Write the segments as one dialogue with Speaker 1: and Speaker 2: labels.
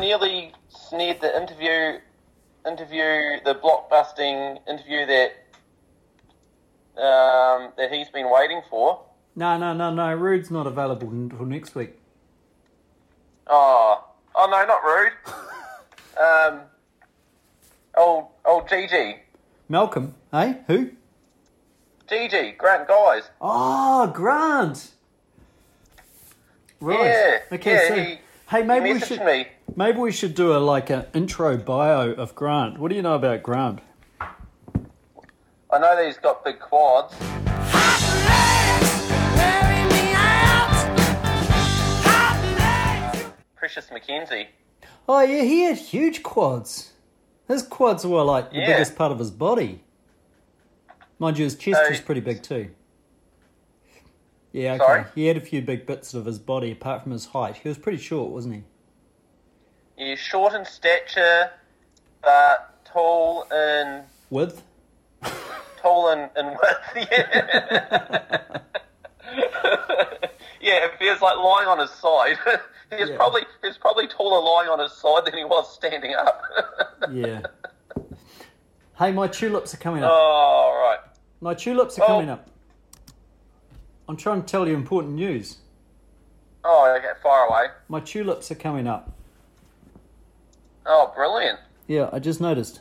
Speaker 1: nearly snared the interview, interview the blockbusting interview that um, that he's been waiting for.
Speaker 2: No, no, no, no. Rude's not available until next week.
Speaker 1: Oh, oh no, not rude. um, old old Gigi,
Speaker 2: Malcolm, eh? Who?
Speaker 1: Gigi, Grant guys.
Speaker 2: Oh, Grant. Right.
Speaker 1: Yeah,
Speaker 2: okay.
Speaker 1: yeah,
Speaker 2: so,
Speaker 1: he-
Speaker 2: hey, maybe
Speaker 1: he
Speaker 2: we
Speaker 1: messaged
Speaker 2: should
Speaker 1: me.
Speaker 2: maybe we should do a like an intro bio of Grant. What do you know about Grant?
Speaker 1: I know that he's got big quads. Precious McKenzie.
Speaker 2: Oh yeah, he had huge quads. His quads were like the
Speaker 1: Yeah.
Speaker 2: biggest part of his body. Mind you, his chest
Speaker 1: So-
Speaker 2: was pretty big too. Yeah, okay.
Speaker 1: Sorry?
Speaker 2: He had a few big bits of his body apart from his height. He was pretty short, wasn't he?
Speaker 1: He's short in stature, but tall in
Speaker 2: With
Speaker 1: tall in, in width. Yeah. yeah, if he was like lying on his side, he was
Speaker 2: Yeah.
Speaker 1: probably he was probably taller lying on his side than he was standing up.
Speaker 2: yeah. hey, my tulips are coming up.
Speaker 1: oh right.
Speaker 2: My tulips are
Speaker 1: Oh.
Speaker 2: coming up. I'm trying to tell you important news.
Speaker 1: Oh, okay, far away.
Speaker 2: My tulips are coming up.
Speaker 1: Oh, brilliant.
Speaker 2: Yeah, I just noticed.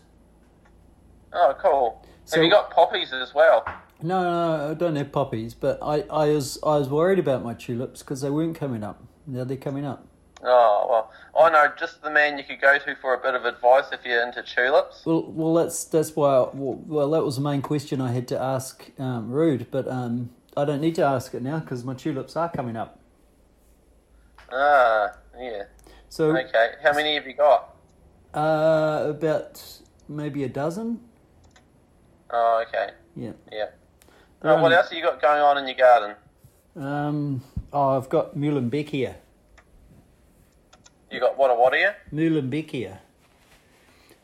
Speaker 1: Oh, cool.
Speaker 2: So-
Speaker 1: Have you got poppies as well?
Speaker 2: No, no, no, I don't have poppies, but I, I was I was worried about my tulips because they weren't coming up. Now they're coming up.
Speaker 1: Oh well, I know just the man you could go to for a bit of advice if you're into tulips.
Speaker 2: Well, well, that's that's why. I, well, well, that was the main question I had to ask um, Rude, but um, I don't need to ask it now because my tulips are coming up.
Speaker 1: Ah, yeah.
Speaker 2: So
Speaker 1: Okay, how many have you got?
Speaker 2: uh, about maybe a dozen.
Speaker 1: Oh, okay.
Speaker 2: Yeah.
Speaker 1: Yeah.
Speaker 2: They're
Speaker 1: Uh, what
Speaker 2: only-
Speaker 1: else have you got going on in your garden?
Speaker 2: Um, oh, I've got Muhlenbeckia.
Speaker 1: You got what? What are you?
Speaker 2: Muhlenbeckia.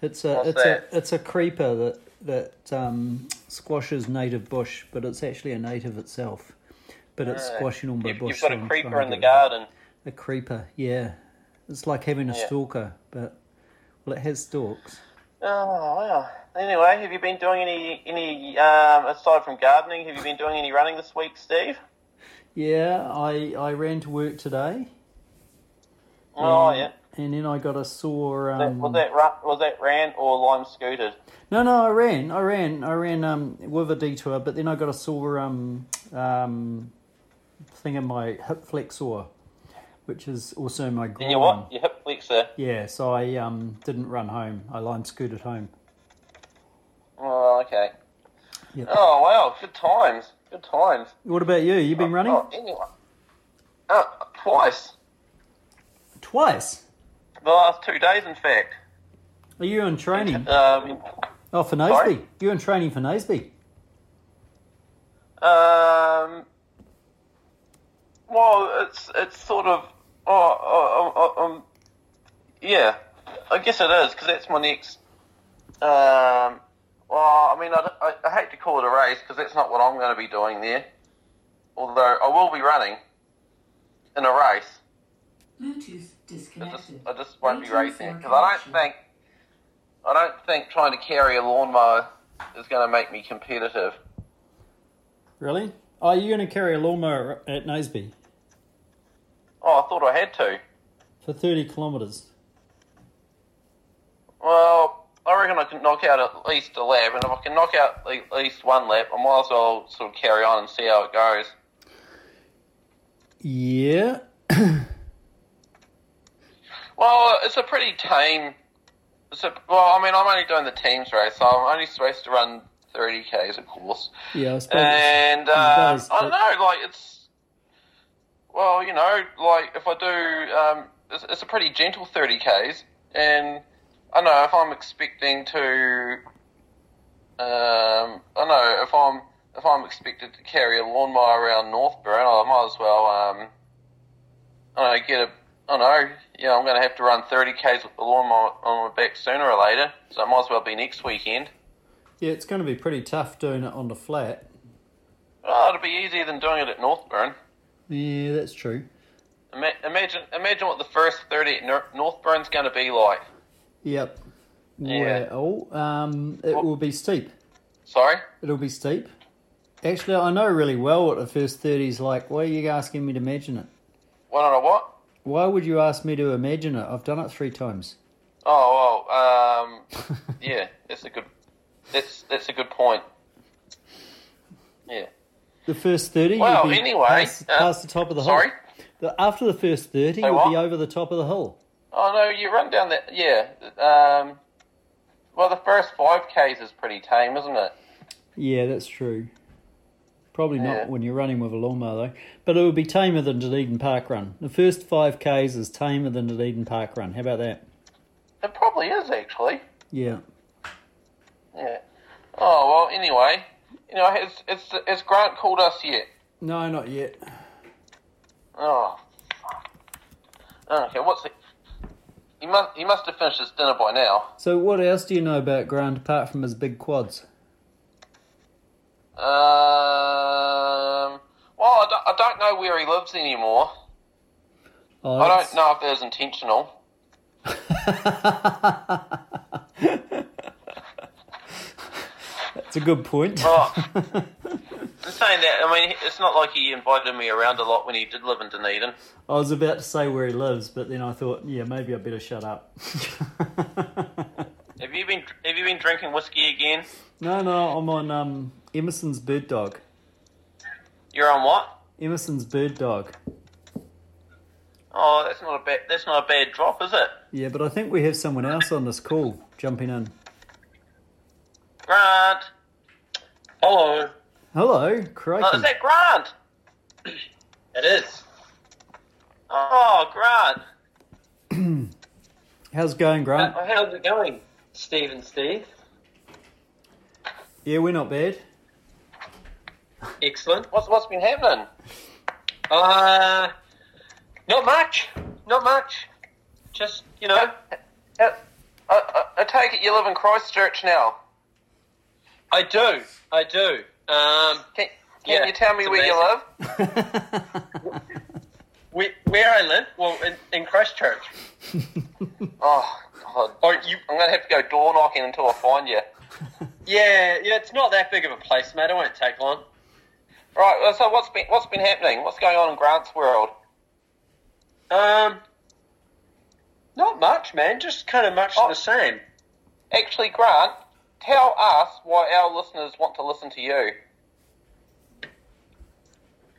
Speaker 2: It's a
Speaker 1: What's
Speaker 2: it's
Speaker 1: that?
Speaker 2: a it's a creeper that that um, squashes native bush, but it's actually a native itself. But it's squashing all my
Speaker 1: You've,
Speaker 2: bush.
Speaker 1: you've got
Speaker 2: so
Speaker 1: a
Speaker 2: I'm
Speaker 1: creeper
Speaker 2: trying
Speaker 1: in
Speaker 2: to
Speaker 1: the
Speaker 2: get rid of
Speaker 1: garden.
Speaker 2: it. A creeper, yeah. It's like having a
Speaker 1: Yeah.
Speaker 2: stalker, but well, it has stalks.
Speaker 1: Oh wow. Anyway, have you been doing any any um, aside from gardening? Have you been doing any running this week, Steve?
Speaker 2: Yeah, I I ran to work today.
Speaker 1: Oh
Speaker 2: and-
Speaker 1: yeah.
Speaker 2: And then I got a sore. Um,
Speaker 1: That- was that ra- was that ran or lime scooted?
Speaker 2: No, no, I ran, I ran, I ran um, with a detour, but then I got a sore um, um, thing in my hip flexor, which is also my groin.
Speaker 1: And you what? Your hip flexor.
Speaker 2: Yeah, so I um, didn't run home. I lime scooted home.
Speaker 1: Oh okay.
Speaker 2: Yep.
Speaker 1: Oh wow. Good times. Good times.
Speaker 2: What about you? You been running
Speaker 1: Oh, anyway. Uh, twice.
Speaker 2: twice?
Speaker 1: The last two days, in fact.
Speaker 2: Are you in training?
Speaker 1: Um,
Speaker 2: Oh, for
Speaker 1: Sorry?
Speaker 2: Naseby. You in training for Naseby?
Speaker 1: Um, well, it's it's sort of oh, oh, oh, oh, um, yeah, I guess it is because that's my next. Um, well, I mean, I, I, I hate to call it a race because that's not what I'm going to be doing there. Although I will be running in a race. I
Speaker 3: Bluetooth
Speaker 1: just,
Speaker 3: disconnected.
Speaker 1: I just won't be
Speaker 3: Waiting
Speaker 1: racing
Speaker 3: for
Speaker 1: because I don't
Speaker 3: connection.
Speaker 1: think I don't think trying to carry a lawnmower is going to make me competitive.
Speaker 2: Really? Are you going to carry a lawnmower at Naseby
Speaker 1: Oh, I thought I had to.
Speaker 2: for 30 kilometres?
Speaker 1: Well, I reckon I can knock out at least a lap, and if I can knock out at least one lap, I might as well sort of carry on and see how it goes.
Speaker 2: Yeah.
Speaker 1: Well, it's a pretty tame. It's a, well, I mean, I'm only doing the teams race, so I'm only supposed to run 30 k's, of course.
Speaker 2: Yeah, I suppose.
Speaker 1: And uh,
Speaker 2: does,
Speaker 1: I don't
Speaker 2: but-
Speaker 1: know, like it's. Well, you know, like if I do, um, it's, it's a pretty gentle 30 k's, and I don't know if I'm expecting to. Um, I don't know if I'm if I'm expected to carry a lawnmower around Northburn, I might as well. Um, I don't know, get a. I don't know. Yeah, I'm going to have to run 30 k's with the lawnmower on my back sooner or later, so it might as well be next weekend.
Speaker 2: yeah, it's going to be pretty tough doing it on the flat.
Speaker 1: Oh, it'll be easier than doing it at Northburn.
Speaker 2: Yeah, that's true.
Speaker 1: Ima- Imagine, imagine what the first thirty at Nor- Northburn's going to be like.
Speaker 2: Yep.
Speaker 1: Yeah.
Speaker 2: Well, um, it
Speaker 1: What-
Speaker 2: will be steep.
Speaker 1: Sorry.
Speaker 2: It'll be steep. Actually, I know really well what the first 30 is like. Why are you asking me to imagine it?
Speaker 1: What on a what?
Speaker 2: Why would you ask me to imagine it? I've done it three times.
Speaker 1: Oh, well, um, yeah, that's a good, that's that's a good point. Yeah.
Speaker 2: The first 30,
Speaker 1: Well,
Speaker 2: you'll be
Speaker 1: anyway,
Speaker 2: past,
Speaker 1: uh,
Speaker 2: past the top of the
Speaker 1: Sorry.
Speaker 2: hill. The, after the first 30,
Speaker 1: Say
Speaker 2: you'll be
Speaker 1: what?
Speaker 2: over the top of the hill.
Speaker 1: Oh no, you run down that. Yeah. Um. Well, the first five k's is pretty tame, isn't it?
Speaker 2: Yeah, that's true. Probably not
Speaker 1: Yeah.
Speaker 2: when you're running with a lawnmower, though. But it would be tamer than Dunedin Park Run. The first 5Ks is tamer than Dunedin Park Run. How about that?
Speaker 1: It probably is actually.
Speaker 2: Yeah.
Speaker 1: Yeah. Oh well. Anyway, you know, has it's has Grant called us yet?
Speaker 2: No, not yet.
Speaker 1: Oh. Okay. What's it? He must he must have finished his dinner by now.
Speaker 2: So, what else do you know about Grant apart from his big quads?
Speaker 1: Um. Well, I don't, I don't know where he lives anymore.
Speaker 2: Oh,
Speaker 1: I
Speaker 2: that's-
Speaker 1: don't know if that was intentional.
Speaker 2: That's a good point.
Speaker 1: Oh. I'm saying that, I mean, it's not like he invited me around a lot when he did live in Dunedin.
Speaker 2: I was about to say where he lives, but then I thought, yeah, maybe I better shut up.
Speaker 1: Have you been Have you been drinking whiskey again?
Speaker 2: no, no, I'm on um, Emerson's Bird Dog.
Speaker 1: You're on what?
Speaker 2: Emerson's Bird Dog.
Speaker 1: Oh, that's not a bad That's not a bad drop, is it?
Speaker 2: Yeah, but I think we have someone else on this call jumping in.
Speaker 1: Grant. Hello.
Speaker 2: Hello,
Speaker 1: Oh,
Speaker 2: crikey.
Speaker 1: is that Grant? it is. Oh, Grant.
Speaker 2: How's it going, Grant?
Speaker 4: Oh,
Speaker 1: how's it going, Steve and Steve?
Speaker 2: Yeah, we're not bad.
Speaker 4: Excellent.
Speaker 1: What's What's been happening?
Speaker 4: Uh, not much. Not much. Just, you know,
Speaker 1: Uh, I, I, I take it you live in Christchurch now.
Speaker 4: I do. I do. Um,
Speaker 1: Can, can
Speaker 4: Yeah,
Speaker 1: you tell me
Speaker 4: it's
Speaker 1: where you
Speaker 4: amazing.
Speaker 1: live?
Speaker 4: we, where I live, well, in, in Christchurch.
Speaker 1: Oh, God.
Speaker 4: Or you,
Speaker 1: I'm going to have to go door knocking until I find you.
Speaker 4: yeah, yeah, it's not that big of a place, mate. It won't take long.
Speaker 1: Right. well, So what's been what's been happening? What's going on in Grant's world?
Speaker 4: Um, not much, man. Just kind of much
Speaker 1: Oh.
Speaker 4: the same.
Speaker 1: Actually, Grant, tell us why our listeners want to listen to you.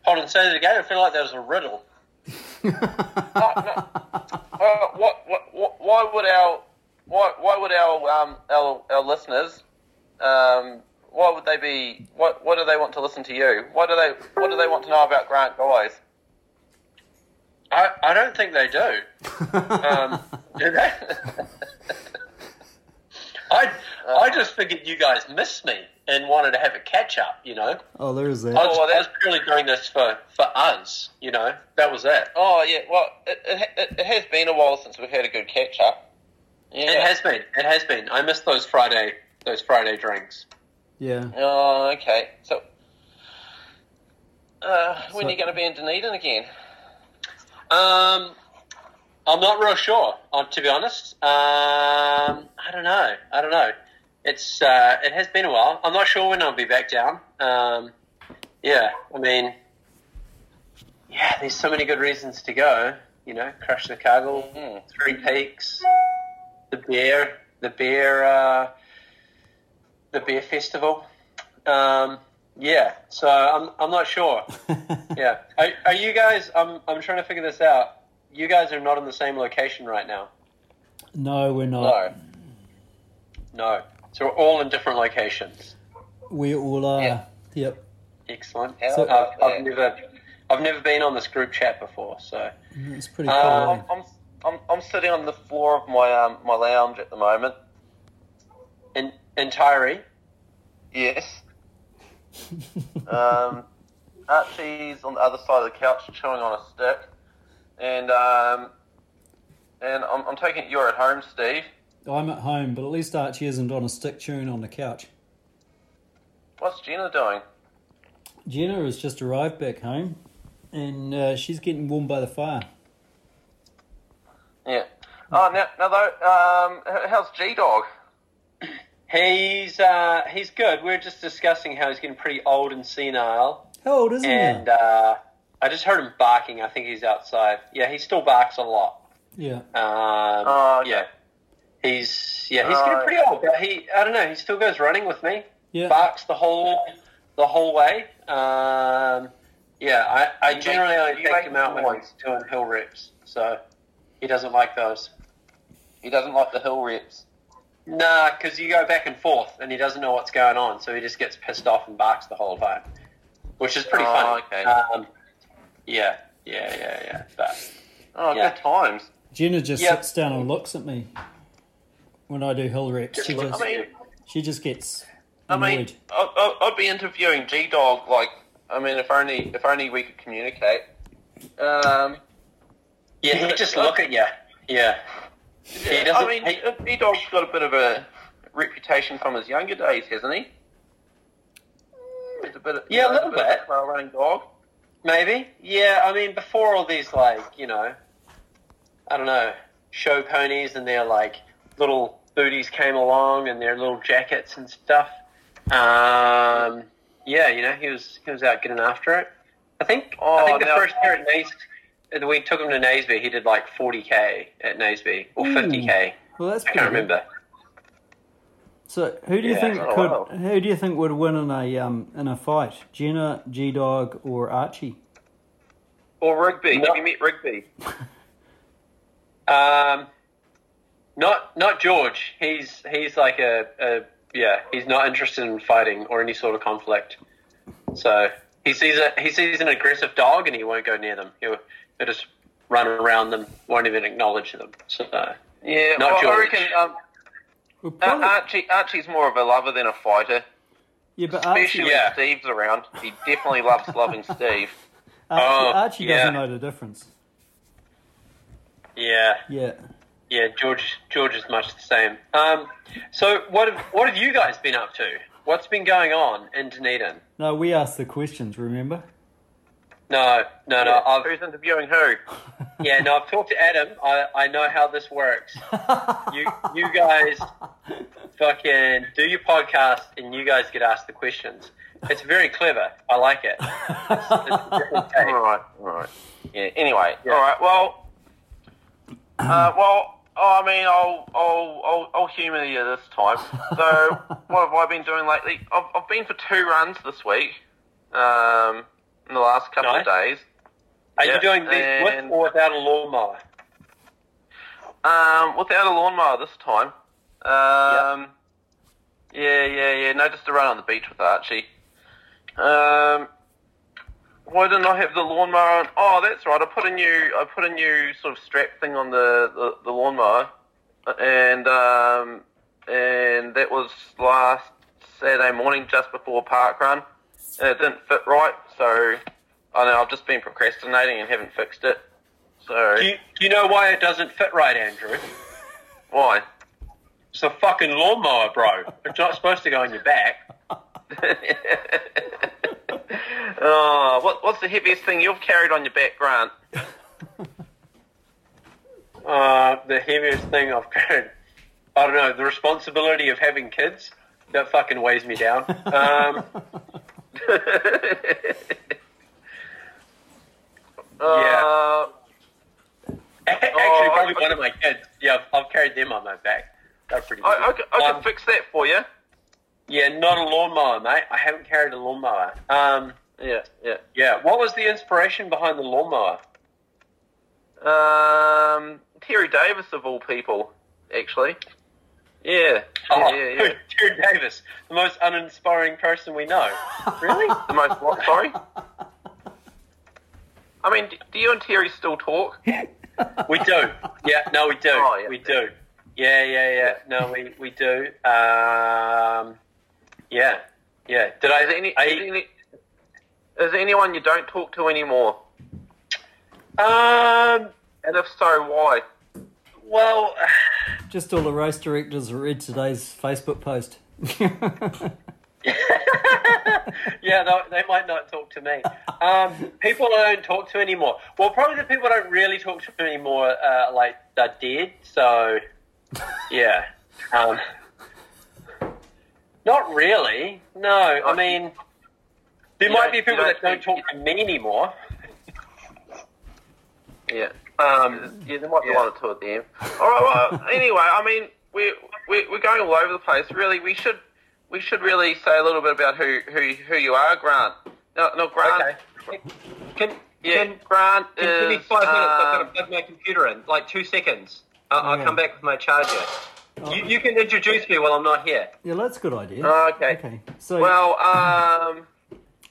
Speaker 4: Hold on, say that again. I feel like that was a riddle.
Speaker 1: No, no. Uh, what, what, what, why would our why, why would our um, our, our listeners um, why would they be what why do they want to listen to you? Why do they what do they want to know about Grant guys?
Speaker 4: I, I don't think they do. Um, do they?
Speaker 1: Uh,
Speaker 4: I, I just figured you guys missed me and wanted to have a catch up, you know?
Speaker 2: oh, there is
Speaker 4: I
Speaker 2: that.
Speaker 4: was,
Speaker 1: Oh, that-
Speaker 4: I was purely doing this for, for us, you know? That was it.
Speaker 1: Oh yeah, well it, it, it, it has been a while since we've had a good catch up. Yeah.
Speaker 4: It has been. It has been. I missed those Friday those Friday drinks.
Speaker 2: Yeah.
Speaker 1: Oh, okay. So, uh, when
Speaker 2: So-
Speaker 1: are you going to be in Dunedin again?
Speaker 4: Um, I'm not real sure, uh, to be honest. Um, I don't know. I don't know. It's uh, it has been a while. I'm not sure when I'll be back down. Um, yeah, I mean, yeah, there's so many good reasons to go. You know, crush the cargo,
Speaker 1: Mhm.
Speaker 4: Three Peaks, the beer, the beer, uh, the beer festival. Um, yeah, so I'm I'm not sure. Yeah. Are, are you guys? I'm I'm trying to figure this out. You guys are not in the same location right now.
Speaker 2: no, we're not.
Speaker 4: No. No. So we're all in different locations.
Speaker 2: We all are.
Speaker 1: Yeah.
Speaker 2: Yep.
Speaker 4: Excellent.
Speaker 1: How
Speaker 2: So-
Speaker 4: I've,
Speaker 1: about that?
Speaker 4: I've never I've never been on this group chat before. So
Speaker 2: It's pretty cool.
Speaker 4: Uh,
Speaker 2: eh?
Speaker 1: I'm, I'm, I'm, I'm sitting on the floor of my um, my lounge at the moment.
Speaker 4: in in Tyree.
Speaker 1: Yes.
Speaker 2: eh?
Speaker 1: um, Archie's on the other side of the couch chewing on a stick, and um, and I'm, I'm taking it you're at home, Steve.
Speaker 2: I'm at home, but at least Archie isn't on a stick tune on the couch.
Speaker 1: What's Gina doing?
Speaker 2: Jenna has just arrived back home, and uh, she's getting warm by the fire.
Speaker 1: Yeah. Oh, now, now though, um, h- how's G Dog?
Speaker 4: He's uh, he's good. We are just discussing how he's getting pretty old and senile,
Speaker 2: How old is he
Speaker 4: and
Speaker 2: now?
Speaker 4: uh, I just heard him barking. I think he's outside. Yeah, he still barks a lot.
Speaker 2: yeah.
Speaker 4: Um,
Speaker 1: Oh, okay.
Speaker 4: Yeah, he's yeah he's
Speaker 1: Oh,
Speaker 4: getting pretty old, but he I don't know. He still goes running with me.
Speaker 2: Yeah.
Speaker 4: Barks the whole the whole way. Um, yeah, I, I
Speaker 1: You
Speaker 4: generally
Speaker 1: make-
Speaker 4: only
Speaker 1: you
Speaker 4: take
Speaker 1: make
Speaker 4: him out when
Speaker 1: noise.
Speaker 4: he's doing hill reps, so he doesn't like those.
Speaker 1: He doesn't like the hill reps.
Speaker 4: Nah, because you go back and forth, and he doesn't know what's going on, so he just gets pissed off and barks the whole time, which is pretty
Speaker 1: Oh,
Speaker 4: funny.
Speaker 1: okay.
Speaker 4: Um, yeah, yeah, yeah, yeah. But
Speaker 1: Oh,
Speaker 4: Yeah.
Speaker 1: good times.
Speaker 2: Jenna just
Speaker 4: Yeah.
Speaker 2: sits down and looks at me when I do hill reps. She
Speaker 4: look-
Speaker 2: just
Speaker 1: I mean,
Speaker 2: she just gets
Speaker 1: I
Speaker 2: annoyed.
Speaker 1: mean, I, I, I'd be interviewing G Dog. Like, I mean, if only if only we could communicate. Um,
Speaker 4: yeah, he just look at you. Yeah, he doesn't.
Speaker 1: I mean,
Speaker 4: he-
Speaker 1: G Dog's got a bit of a reputation from his younger days, hasn't he? It's a bit of,
Speaker 4: Mm. Yeah, a little
Speaker 1: it's of
Speaker 4: bit.
Speaker 1: a trail running dog.
Speaker 4: Maybe. Yeah, I mean, before all these, like, you know, I don't know, show ponies and their, like, little booties came along and their little jackets and stuff. Um, yeah, you know, he was he was out getting after it. I think, I
Speaker 1: Oh,
Speaker 4: think the
Speaker 1: now-
Speaker 4: first year at Naseby, we took him to Naseby, he did, like, 40K at Naseby, or 50K.
Speaker 2: well, that's
Speaker 4: I
Speaker 2: pretty good.
Speaker 4: can't
Speaker 1: Hmm.
Speaker 4: remember.
Speaker 2: So, who do you
Speaker 4: Yeah.
Speaker 2: think
Speaker 1: Oh,
Speaker 2: could
Speaker 1: wow.
Speaker 2: who do you think would win in a um in a fight? Jenna, G Dog, or Archie?
Speaker 1: Or Rigby.
Speaker 4: No.
Speaker 1: Have you met Rigby?
Speaker 4: Um, not not George. He's he's like a, a yeah. He's not interested in fighting or any sort of conflict. So he sees a he sees an aggressive dog and he won't go near them. He'll, he'll just run around them. Won't even acknowledge them. So
Speaker 1: Yeah,
Speaker 4: Not
Speaker 1: well,
Speaker 4: George.
Speaker 1: I reckon um, Ar-
Speaker 2: Well,
Speaker 4: Uh,
Speaker 2: probably-
Speaker 1: Archie, Archie's more of a lover than a fighter.
Speaker 2: yeah, but Archie,
Speaker 1: Especially
Speaker 2: Archie,
Speaker 4: Yeah.
Speaker 1: when Steve's around. He definitely loves loving Steve.
Speaker 4: Oh,
Speaker 2: Archie
Speaker 4: yeah.
Speaker 2: doesn't know the difference.
Speaker 4: yeah,
Speaker 2: Yeah.
Speaker 4: yeah. George George is much the same. Um, so what have, what have you guys been up to? What's been going on in Dunedin?
Speaker 2: No, we asked the questions. Remember?
Speaker 4: No, no, no. I've
Speaker 1: uh, Who's interviewing who?
Speaker 4: Yeah, no, I've talked to Adam. I, I know how this works. You you guys fucking do your podcast and you guys get asked the questions. It's very clever. I like it. It's a different take.
Speaker 1: All right, all right. Yeah. Anyway,
Speaker 4: Yeah.
Speaker 1: all right. Well, uh, well. Oh, I mean, I'll I'll I'll, I'll humour you this time. So, what have I been doing lately? I've I've been for two runs this week. Um, in the last couple of days.
Speaker 4: Are
Speaker 1: Yeah,
Speaker 4: you doing these
Speaker 1: and-
Speaker 4: with or without a lawnmower?
Speaker 1: Um, without a lawnmower this time. Um, yeah, yeah, yeah. No, just a run on the beach with Archie. Um, why didn't I have the lawnmower? On? Oh, that's right. I put a new, I put a new sort of strap thing on the the, the lawnmower, and um, and that was last Saturday morning, just before park run, and it didn't fit right. So I know I've just been procrastinating and haven't fixed it. So
Speaker 4: Do you, do you know why it doesn't fit right, Andrew?
Speaker 1: why?
Speaker 4: It's a fucking lawnmower, bro. It's not supposed to go on your back.
Speaker 1: oh, what, what's the heaviest thing you've carried on your back, Grant?
Speaker 4: Uh, the heaviest thing I've carried. I don't know. The responsibility of having kids that fucking weighs me down. Um,
Speaker 1: Uh,
Speaker 4: Actually,
Speaker 1: Oh, I-
Speaker 4: probably
Speaker 1: I-
Speaker 4: one of my kids. Yeah, I've, I've carried them on my back. They're pretty good.
Speaker 1: I, I, can- I can
Speaker 4: Um,
Speaker 1: fix that for you.
Speaker 4: yeah, not a lawnmower, mate. I haven't carried a lawnmower. Um,
Speaker 1: Yeah, yeah.
Speaker 4: yeah, what was the inspiration behind the lawnmower?
Speaker 1: Um, Terry Davis, of all people, actually. Yeah, yeah,
Speaker 4: Oh,
Speaker 1: yeah. yeah.
Speaker 4: Terry Davis, the most uninspiring person we know. really?
Speaker 1: the most what, sorry? I mean, d- do you and Terry still talk?
Speaker 4: We do. Yeah, no, we do.
Speaker 1: Oh, yeah.
Speaker 4: We do. Yeah, yeah, yeah. No, we, we do. Um, yeah, yeah. Did I?
Speaker 1: Is there any,
Speaker 4: I-
Speaker 1: is there any, is there anyone you don't talk to anymore?
Speaker 4: um,
Speaker 1: And if so, why?
Speaker 4: well,
Speaker 2: Just all the race directors read today's Facebook post.
Speaker 1: yeah, they, they might not talk to me. Um, people I don't talk to anymore. Well, probably the people I don't really talk to anymore, uh, like, are dead. So, yeah. Um, not really. No, I mean, there
Speaker 4: You
Speaker 1: might be
Speaker 4: don't-
Speaker 1: people
Speaker 4: you
Speaker 1: that don't
Speaker 4: don't
Speaker 1: talk to me anymore.
Speaker 4: Yeah. Um, yeah, there might be one or two of them. All right. Well, anyway, I mean, we're, we're we're going all over the place. Really, we should we should really say a little bit about who who who you are, Grant. No, no, Grant.
Speaker 5: Okay. Can,
Speaker 4: Yeah,
Speaker 5: can,
Speaker 4: Grant
Speaker 5: can give me
Speaker 4: is,
Speaker 5: five minutes? I've got
Speaker 4: um,
Speaker 5: to plug my computer in. Like two seconds. I I'll
Speaker 2: Yeah.
Speaker 5: come back with my charger. You, you can introduce me while I'm not here.
Speaker 2: Yeah, that's a good idea.
Speaker 4: Oh, okay.
Speaker 2: Okay. So
Speaker 4: Well, um,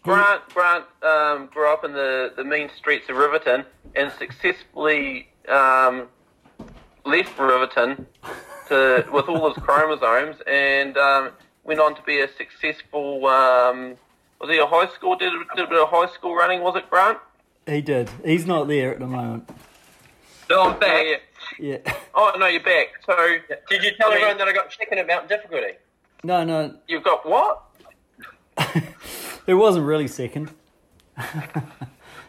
Speaker 4: Grant Grant um, grew up in the, the mean streets of Riverton and successfully um, left Riverton to with all his chromosomes and um, went on to be a successful. Um, was he a high school? Did, did a bit of high school running? Was it Grant?
Speaker 2: he did. He's not there at the moment.
Speaker 5: No, I'm back.
Speaker 4: Yeah.
Speaker 2: Yeah.
Speaker 4: Oh no, you're back. So
Speaker 1: Did you tell
Speaker 4: I mean-
Speaker 1: everyone that I got chicken at Mountain Difficulty?
Speaker 2: No, no.
Speaker 4: you've got what?
Speaker 2: It wasn't really second.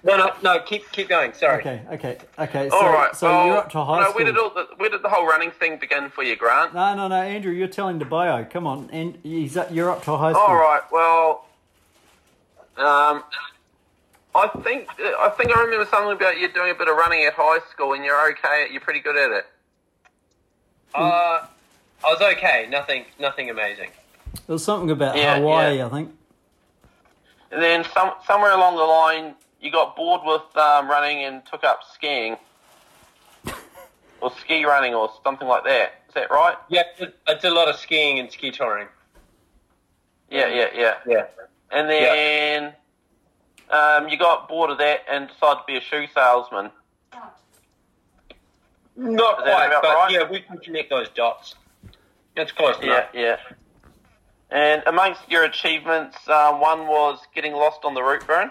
Speaker 5: No, no, no. Keep keep going. Sorry.
Speaker 2: Okay, okay, okay. So,
Speaker 4: all right.
Speaker 2: so
Speaker 4: well,
Speaker 2: you're up to high
Speaker 4: no,
Speaker 2: school.
Speaker 4: Where did all the, where did the whole running thing begin for you, Grant?
Speaker 2: No, no, no, Andrew, you're telling the bio. Come on, and he's up, you're up to high school.
Speaker 4: All right. Well, um, I think I think I remember something about you doing a bit of running at high school, and you're okay. You're pretty good at it.
Speaker 2: Hmm.
Speaker 5: Uh, I was okay. Nothing. Nothing amazing.
Speaker 2: There was something about
Speaker 4: Yeah,
Speaker 2: Hawaii,
Speaker 4: yeah.
Speaker 2: I think.
Speaker 4: And then some somewhere along the line, you got bored with um, running and took up skiing, or ski running, or something like that. Is that right?
Speaker 5: Yeah, I did- I did a lot of skiing and ski touring.
Speaker 4: Yeah, yeah, yeah.
Speaker 5: Yeah.
Speaker 4: And then um, you got bored of that and decided to be a shoe salesman.
Speaker 5: Not
Speaker 4: Is that
Speaker 5: quite,
Speaker 4: about
Speaker 5: but
Speaker 4: right?
Speaker 5: yeah, we can connect those dots. It's close
Speaker 4: Yeah,
Speaker 5: enough.
Speaker 4: yeah. And amongst your achievements, um, one was getting lost on the root burn.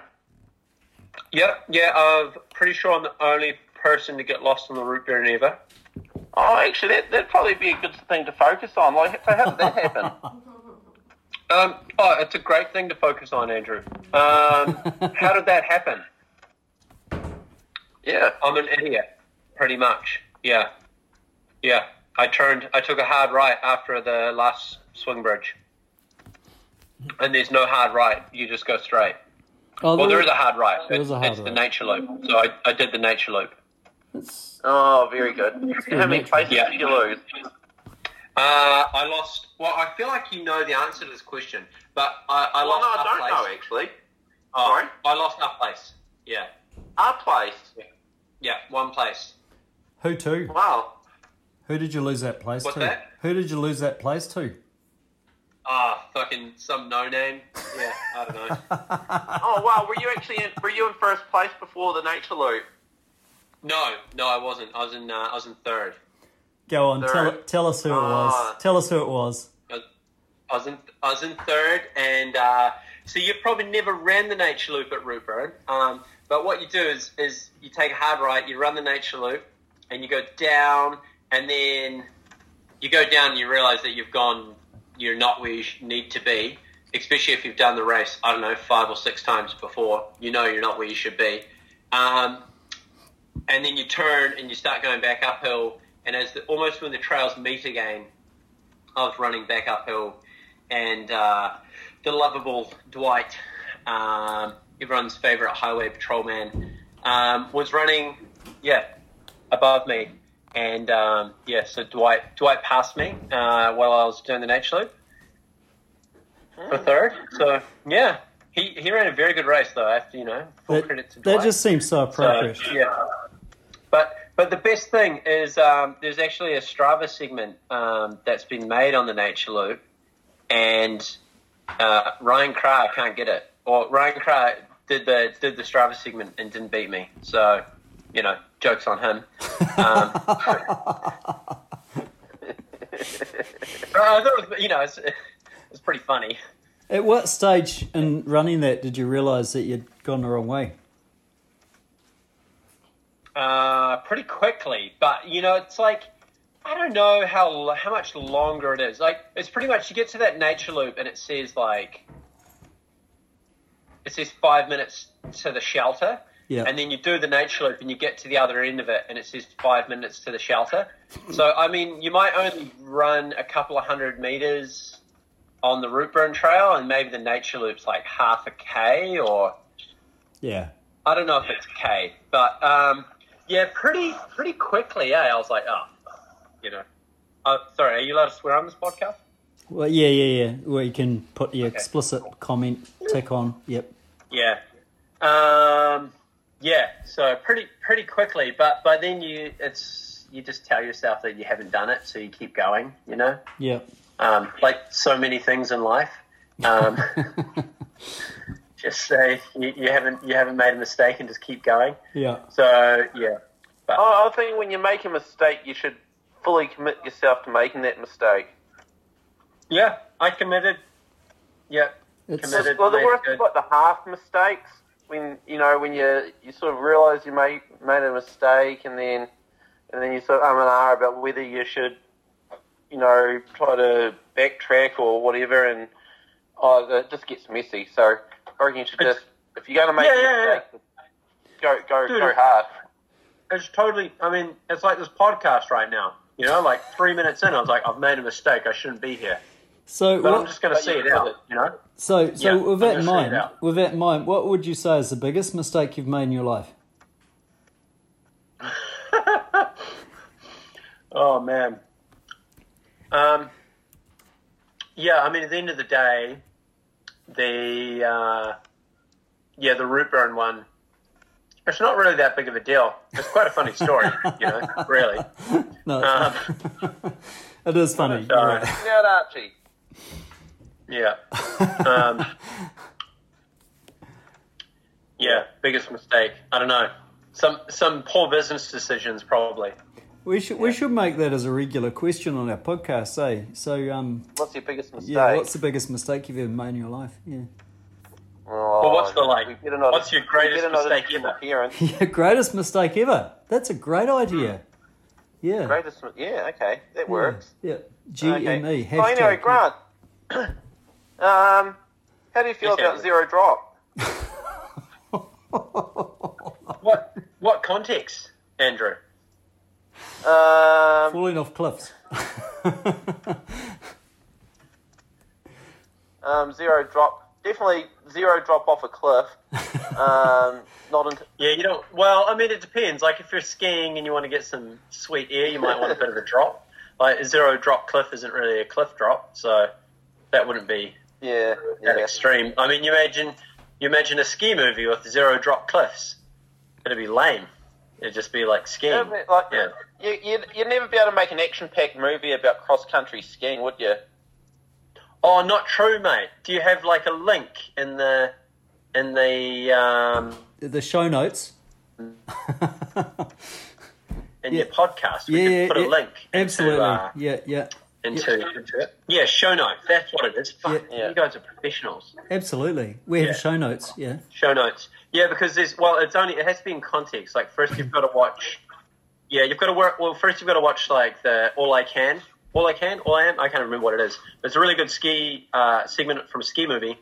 Speaker 5: Yep, yeah, I'm pretty sure I'm the only person to get lost on the root burn ever.
Speaker 4: Oh, actually, that, that'd probably be a good thing to focus on. Like, so how did that happen?
Speaker 5: Um, oh, it's a great thing to focus on, Andrew. Um, how did that happen?
Speaker 4: yeah.
Speaker 5: I'm an idiot, pretty much. Yeah, yeah. I turned, I took a hard right after the last swing bridge, and there's no hard right. You just go straight.
Speaker 2: Oh,
Speaker 5: Well,
Speaker 2: there-
Speaker 5: there is a hard right.
Speaker 2: There is a hard
Speaker 5: it's the
Speaker 2: right.
Speaker 5: nature loop. So I, I did the nature loop.
Speaker 2: that's-
Speaker 4: Oh, very good. How many
Speaker 2: next
Speaker 4: places
Speaker 5: one.
Speaker 4: did you lose?
Speaker 5: Uh, I lost. Well, I feel like you know the answer to this question, but I, I
Speaker 4: Well,
Speaker 5: lost.
Speaker 4: no, I
Speaker 5: our
Speaker 4: don't
Speaker 5: place.
Speaker 4: know, actually.
Speaker 5: Oh,
Speaker 4: Sorry?
Speaker 5: I lost our place. Yeah,
Speaker 4: Our place.
Speaker 5: yeah, one place.
Speaker 2: who to?
Speaker 4: Wow.
Speaker 2: Who did you lose that place
Speaker 5: What's
Speaker 2: to?
Speaker 5: that?
Speaker 2: Who did you lose that place to?
Speaker 5: Ah, fucking some no name. Yeah, I don't know.
Speaker 4: Oh, wow. Were you actually in, were you in first place before the nature loop?
Speaker 5: no, no, I wasn't. I was in. Uh, I was in third.
Speaker 2: Go on, tell,
Speaker 4: Third.
Speaker 2: tell us who it was.
Speaker 4: Ah.
Speaker 2: Tell us who it was.
Speaker 5: I was- I was in. I was in third, and uh, so you probably never ran the nature loop at Rootburn. Um, but what you do is is you take a hard right, you run the nature loop, and you go down, and then you go down, and you realise that you've gone. You're not where you sh- need to be, especially if you've done the race. I don't know five or six times before. You know you're not where you should be. Um, and then you turn and you start going back uphill. And as the, almost when the trails meet again, I was running back uphill, and uh, the lovable Dwight, um, everyone's favourite highway patrolman, um, was running, yeah, above me, and um, yeah, so Dwight Dwight passed me uh, while I was doing the nature loop for third. So yeah, he he ran a very good race though. I have to you know full
Speaker 2: That,
Speaker 5: credit to Dwight.
Speaker 2: that just seems so appropriate.
Speaker 5: So, yeah. But but the best thing is um, there's actually a Strava segment um, that's been made on the Nature Loop, and uh, Ryan Cry can't get it. Or Ryan Cry did the did the Strava segment and didn't beat me. So you know, jokes on him. Um, I thought it was, you know, it's, it's pretty funny.
Speaker 2: At what stage in running that did you realise that you'd gone the wrong way?
Speaker 5: uh, pretty quickly. But you know, it's like I don't know how how much longer it is. Like it's pretty much you get to that nature loop and it says like it says five minutes to the shelter.
Speaker 2: Yeah.
Speaker 5: And then you do the nature loop and you get to the other end of it and it says five minutes to the shelter. So, I mean, you might only run a couple of hundred meters on the root burn trail and maybe the nature loop's like half a K or
Speaker 2: yeah.
Speaker 5: I don't know if it's K, but um, yeah, pretty pretty quickly. Yeah, I was like, oh, you know. Uh, sorry, are you allowed to swear on this podcast?
Speaker 2: Well, yeah, yeah, yeah. Where you can put the explicit comment tick on. Yep.
Speaker 5: Yeah. Um, yeah. So pretty pretty quickly, but by then you it's you just tell yourself that you haven't done it, so you keep going. You know,
Speaker 2: Yep.
Speaker 5: um, like so many things in life. Um, just say you, you haven't you haven't made a mistake and just keep going.
Speaker 2: yeah.
Speaker 5: So yeah. But,
Speaker 4: I, I think when you make a mistake, you should fully commit yourself to making that mistake.
Speaker 5: Yeah, I committed. Yeah,
Speaker 2: It's,
Speaker 5: Committed. But it
Speaker 4: well, the
Speaker 5: made
Speaker 4: worst
Speaker 5: good.
Speaker 4: is like the half mistakes when you know when you you sort of realise you made made a mistake and then and then you sort of um and ah about whether you should you know try to backtrack or whatever and oh the- it just gets messy. So I reckon you should
Speaker 5: It's-
Speaker 4: just if you're gonna make
Speaker 5: Yeah, yeah,
Speaker 4: a
Speaker 5: yeah.
Speaker 4: mistake, go go
Speaker 5: Dude,
Speaker 4: go hard.
Speaker 5: it's totally. I mean, it's like this podcast right now. You know, like three minutes in, I was like, I've made a mistake. I shouldn't be here.
Speaker 2: so
Speaker 5: But I'm
Speaker 2: what,
Speaker 5: just going to
Speaker 4: But
Speaker 5: see
Speaker 4: you
Speaker 5: it
Speaker 4: did
Speaker 5: out.
Speaker 4: it.
Speaker 5: You know.
Speaker 2: so so
Speaker 5: yeah,
Speaker 2: with that in
Speaker 5: I'm gonna say
Speaker 2: mind,
Speaker 5: that.
Speaker 2: with that in mind, what would you say is the biggest mistake you've made in your life?
Speaker 5: Oh man. Um. Yeah, I mean, at the end of the day, the uh, yeah, the root burn one. It's not really that big of a deal. It's quite a funny story, you know. Really.
Speaker 2: No,
Speaker 5: Um,
Speaker 2: it is funny.
Speaker 5: so-
Speaker 2: you're right.
Speaker 4: Now, Archie.
Speaker 5: Yeah. Um, yeah, biggest mistake. I don't know. Some some poor business decisions probably.
Speaker 2: We should we should make that as a regular question on our podcast, eh? So um,
Speaker 4: What's your biggest mistake?
Speaker 2: yeah, what's the biggest mistake you've ever made in your life? Yeah,
Speaker 4: Oh,
Speaker 5: Well, what's the
Speaker 4: we
Speaker 5: like?
Speaker 4: better not-
Speaker 5: What's your
Speaker 4: we
Speaker 5: greatest
Speaker 4: better not
Speaker 5: mistake
Speaker 4: insult
Speaker 5: ever?
Speaker 4: Parents.
Speaker 2: yeah, greatest mistake ever. That's a great idea.
Speaker 5: Hmm.
Speaker 2: Yeah,
Speaker 4: Greatest. Yeah. Okay.
Speaker 2: yeah,
Speaker 4: That works.
Speaker 2: Yeah, GME.
Speaker 4: Okay.
Speaker 2: E Hashtag,
Speaker 4: Oh, anyway, Grant. um, how do you feel
Speaker 5: Yes,
Speaker 4: about
Speaker 5: Andrew.
Speaker 4: zero drop?
Speaker 5: What what context, Andrew?
Speaker 4: Um,
Speaker 2: falling off cliffs.
Speaker 4: um, zero drop. Definitely zero drop off a cliff.
Speaker 5: Uh.
Speaker 4: Um, not into.
Speaker 5: Yeah, you don't. Well, I mean, it depends. Like, if you're skiing and you want to get some sweet air, you might want a bit of a drop. Like, a zero drop cliff isn't really a cliff drop, so that wouldn't be
Speaker 4: Yeah.
Speaker 5: that
Speaker 4: Yeah.
Speaker 5: extreme. I mean, you imagine you imagine a ski movie with zero drop cliffs. It'd be lame. It'd just be like skiing.
Speaker 4: It'd be like-
Speaker 5: yeah.
Speaker 4: You, you'd, you'd never be able to make an action-packed movie about cross-country skiing, would you?
Speaker 5: Oh, not true, mate. Do you have like a link in the in the um,
Speaker 2: the show notes.
Speaker 5: in
Speaker 2: Yeah.
Speaker 5: your podcast? We
Speaker 2: Yeah,
Speaker 5: could
Speaker 2: yeah,
Speaker 5: put
Speaker 2: yeah.
Speaker 5: a link
Speaker 2: Absolutely.
Speaker 5: into, uh,
Speaker 2: yeah, yeah.
Speaker 5: into, into it. Yeah, show notes. That's what it is. Fuck,
Speaker 4: Yeah.
Speaker 5: you guys are professionals.
Speaker 2: Absolutely. We have
Speaker 5: Yeah.
Speaker 2: show notes. Yeah.
Speaker 5: Show notes. Yeah, because there's well, it's only it has to be in context. Like first, you've got to watch. Yeah, you've got to work. Well, first you've got to watch like the All I Can, All I Can, All I Am. I can't remember what it is. It's a really good ski uh, segment from a ski movie,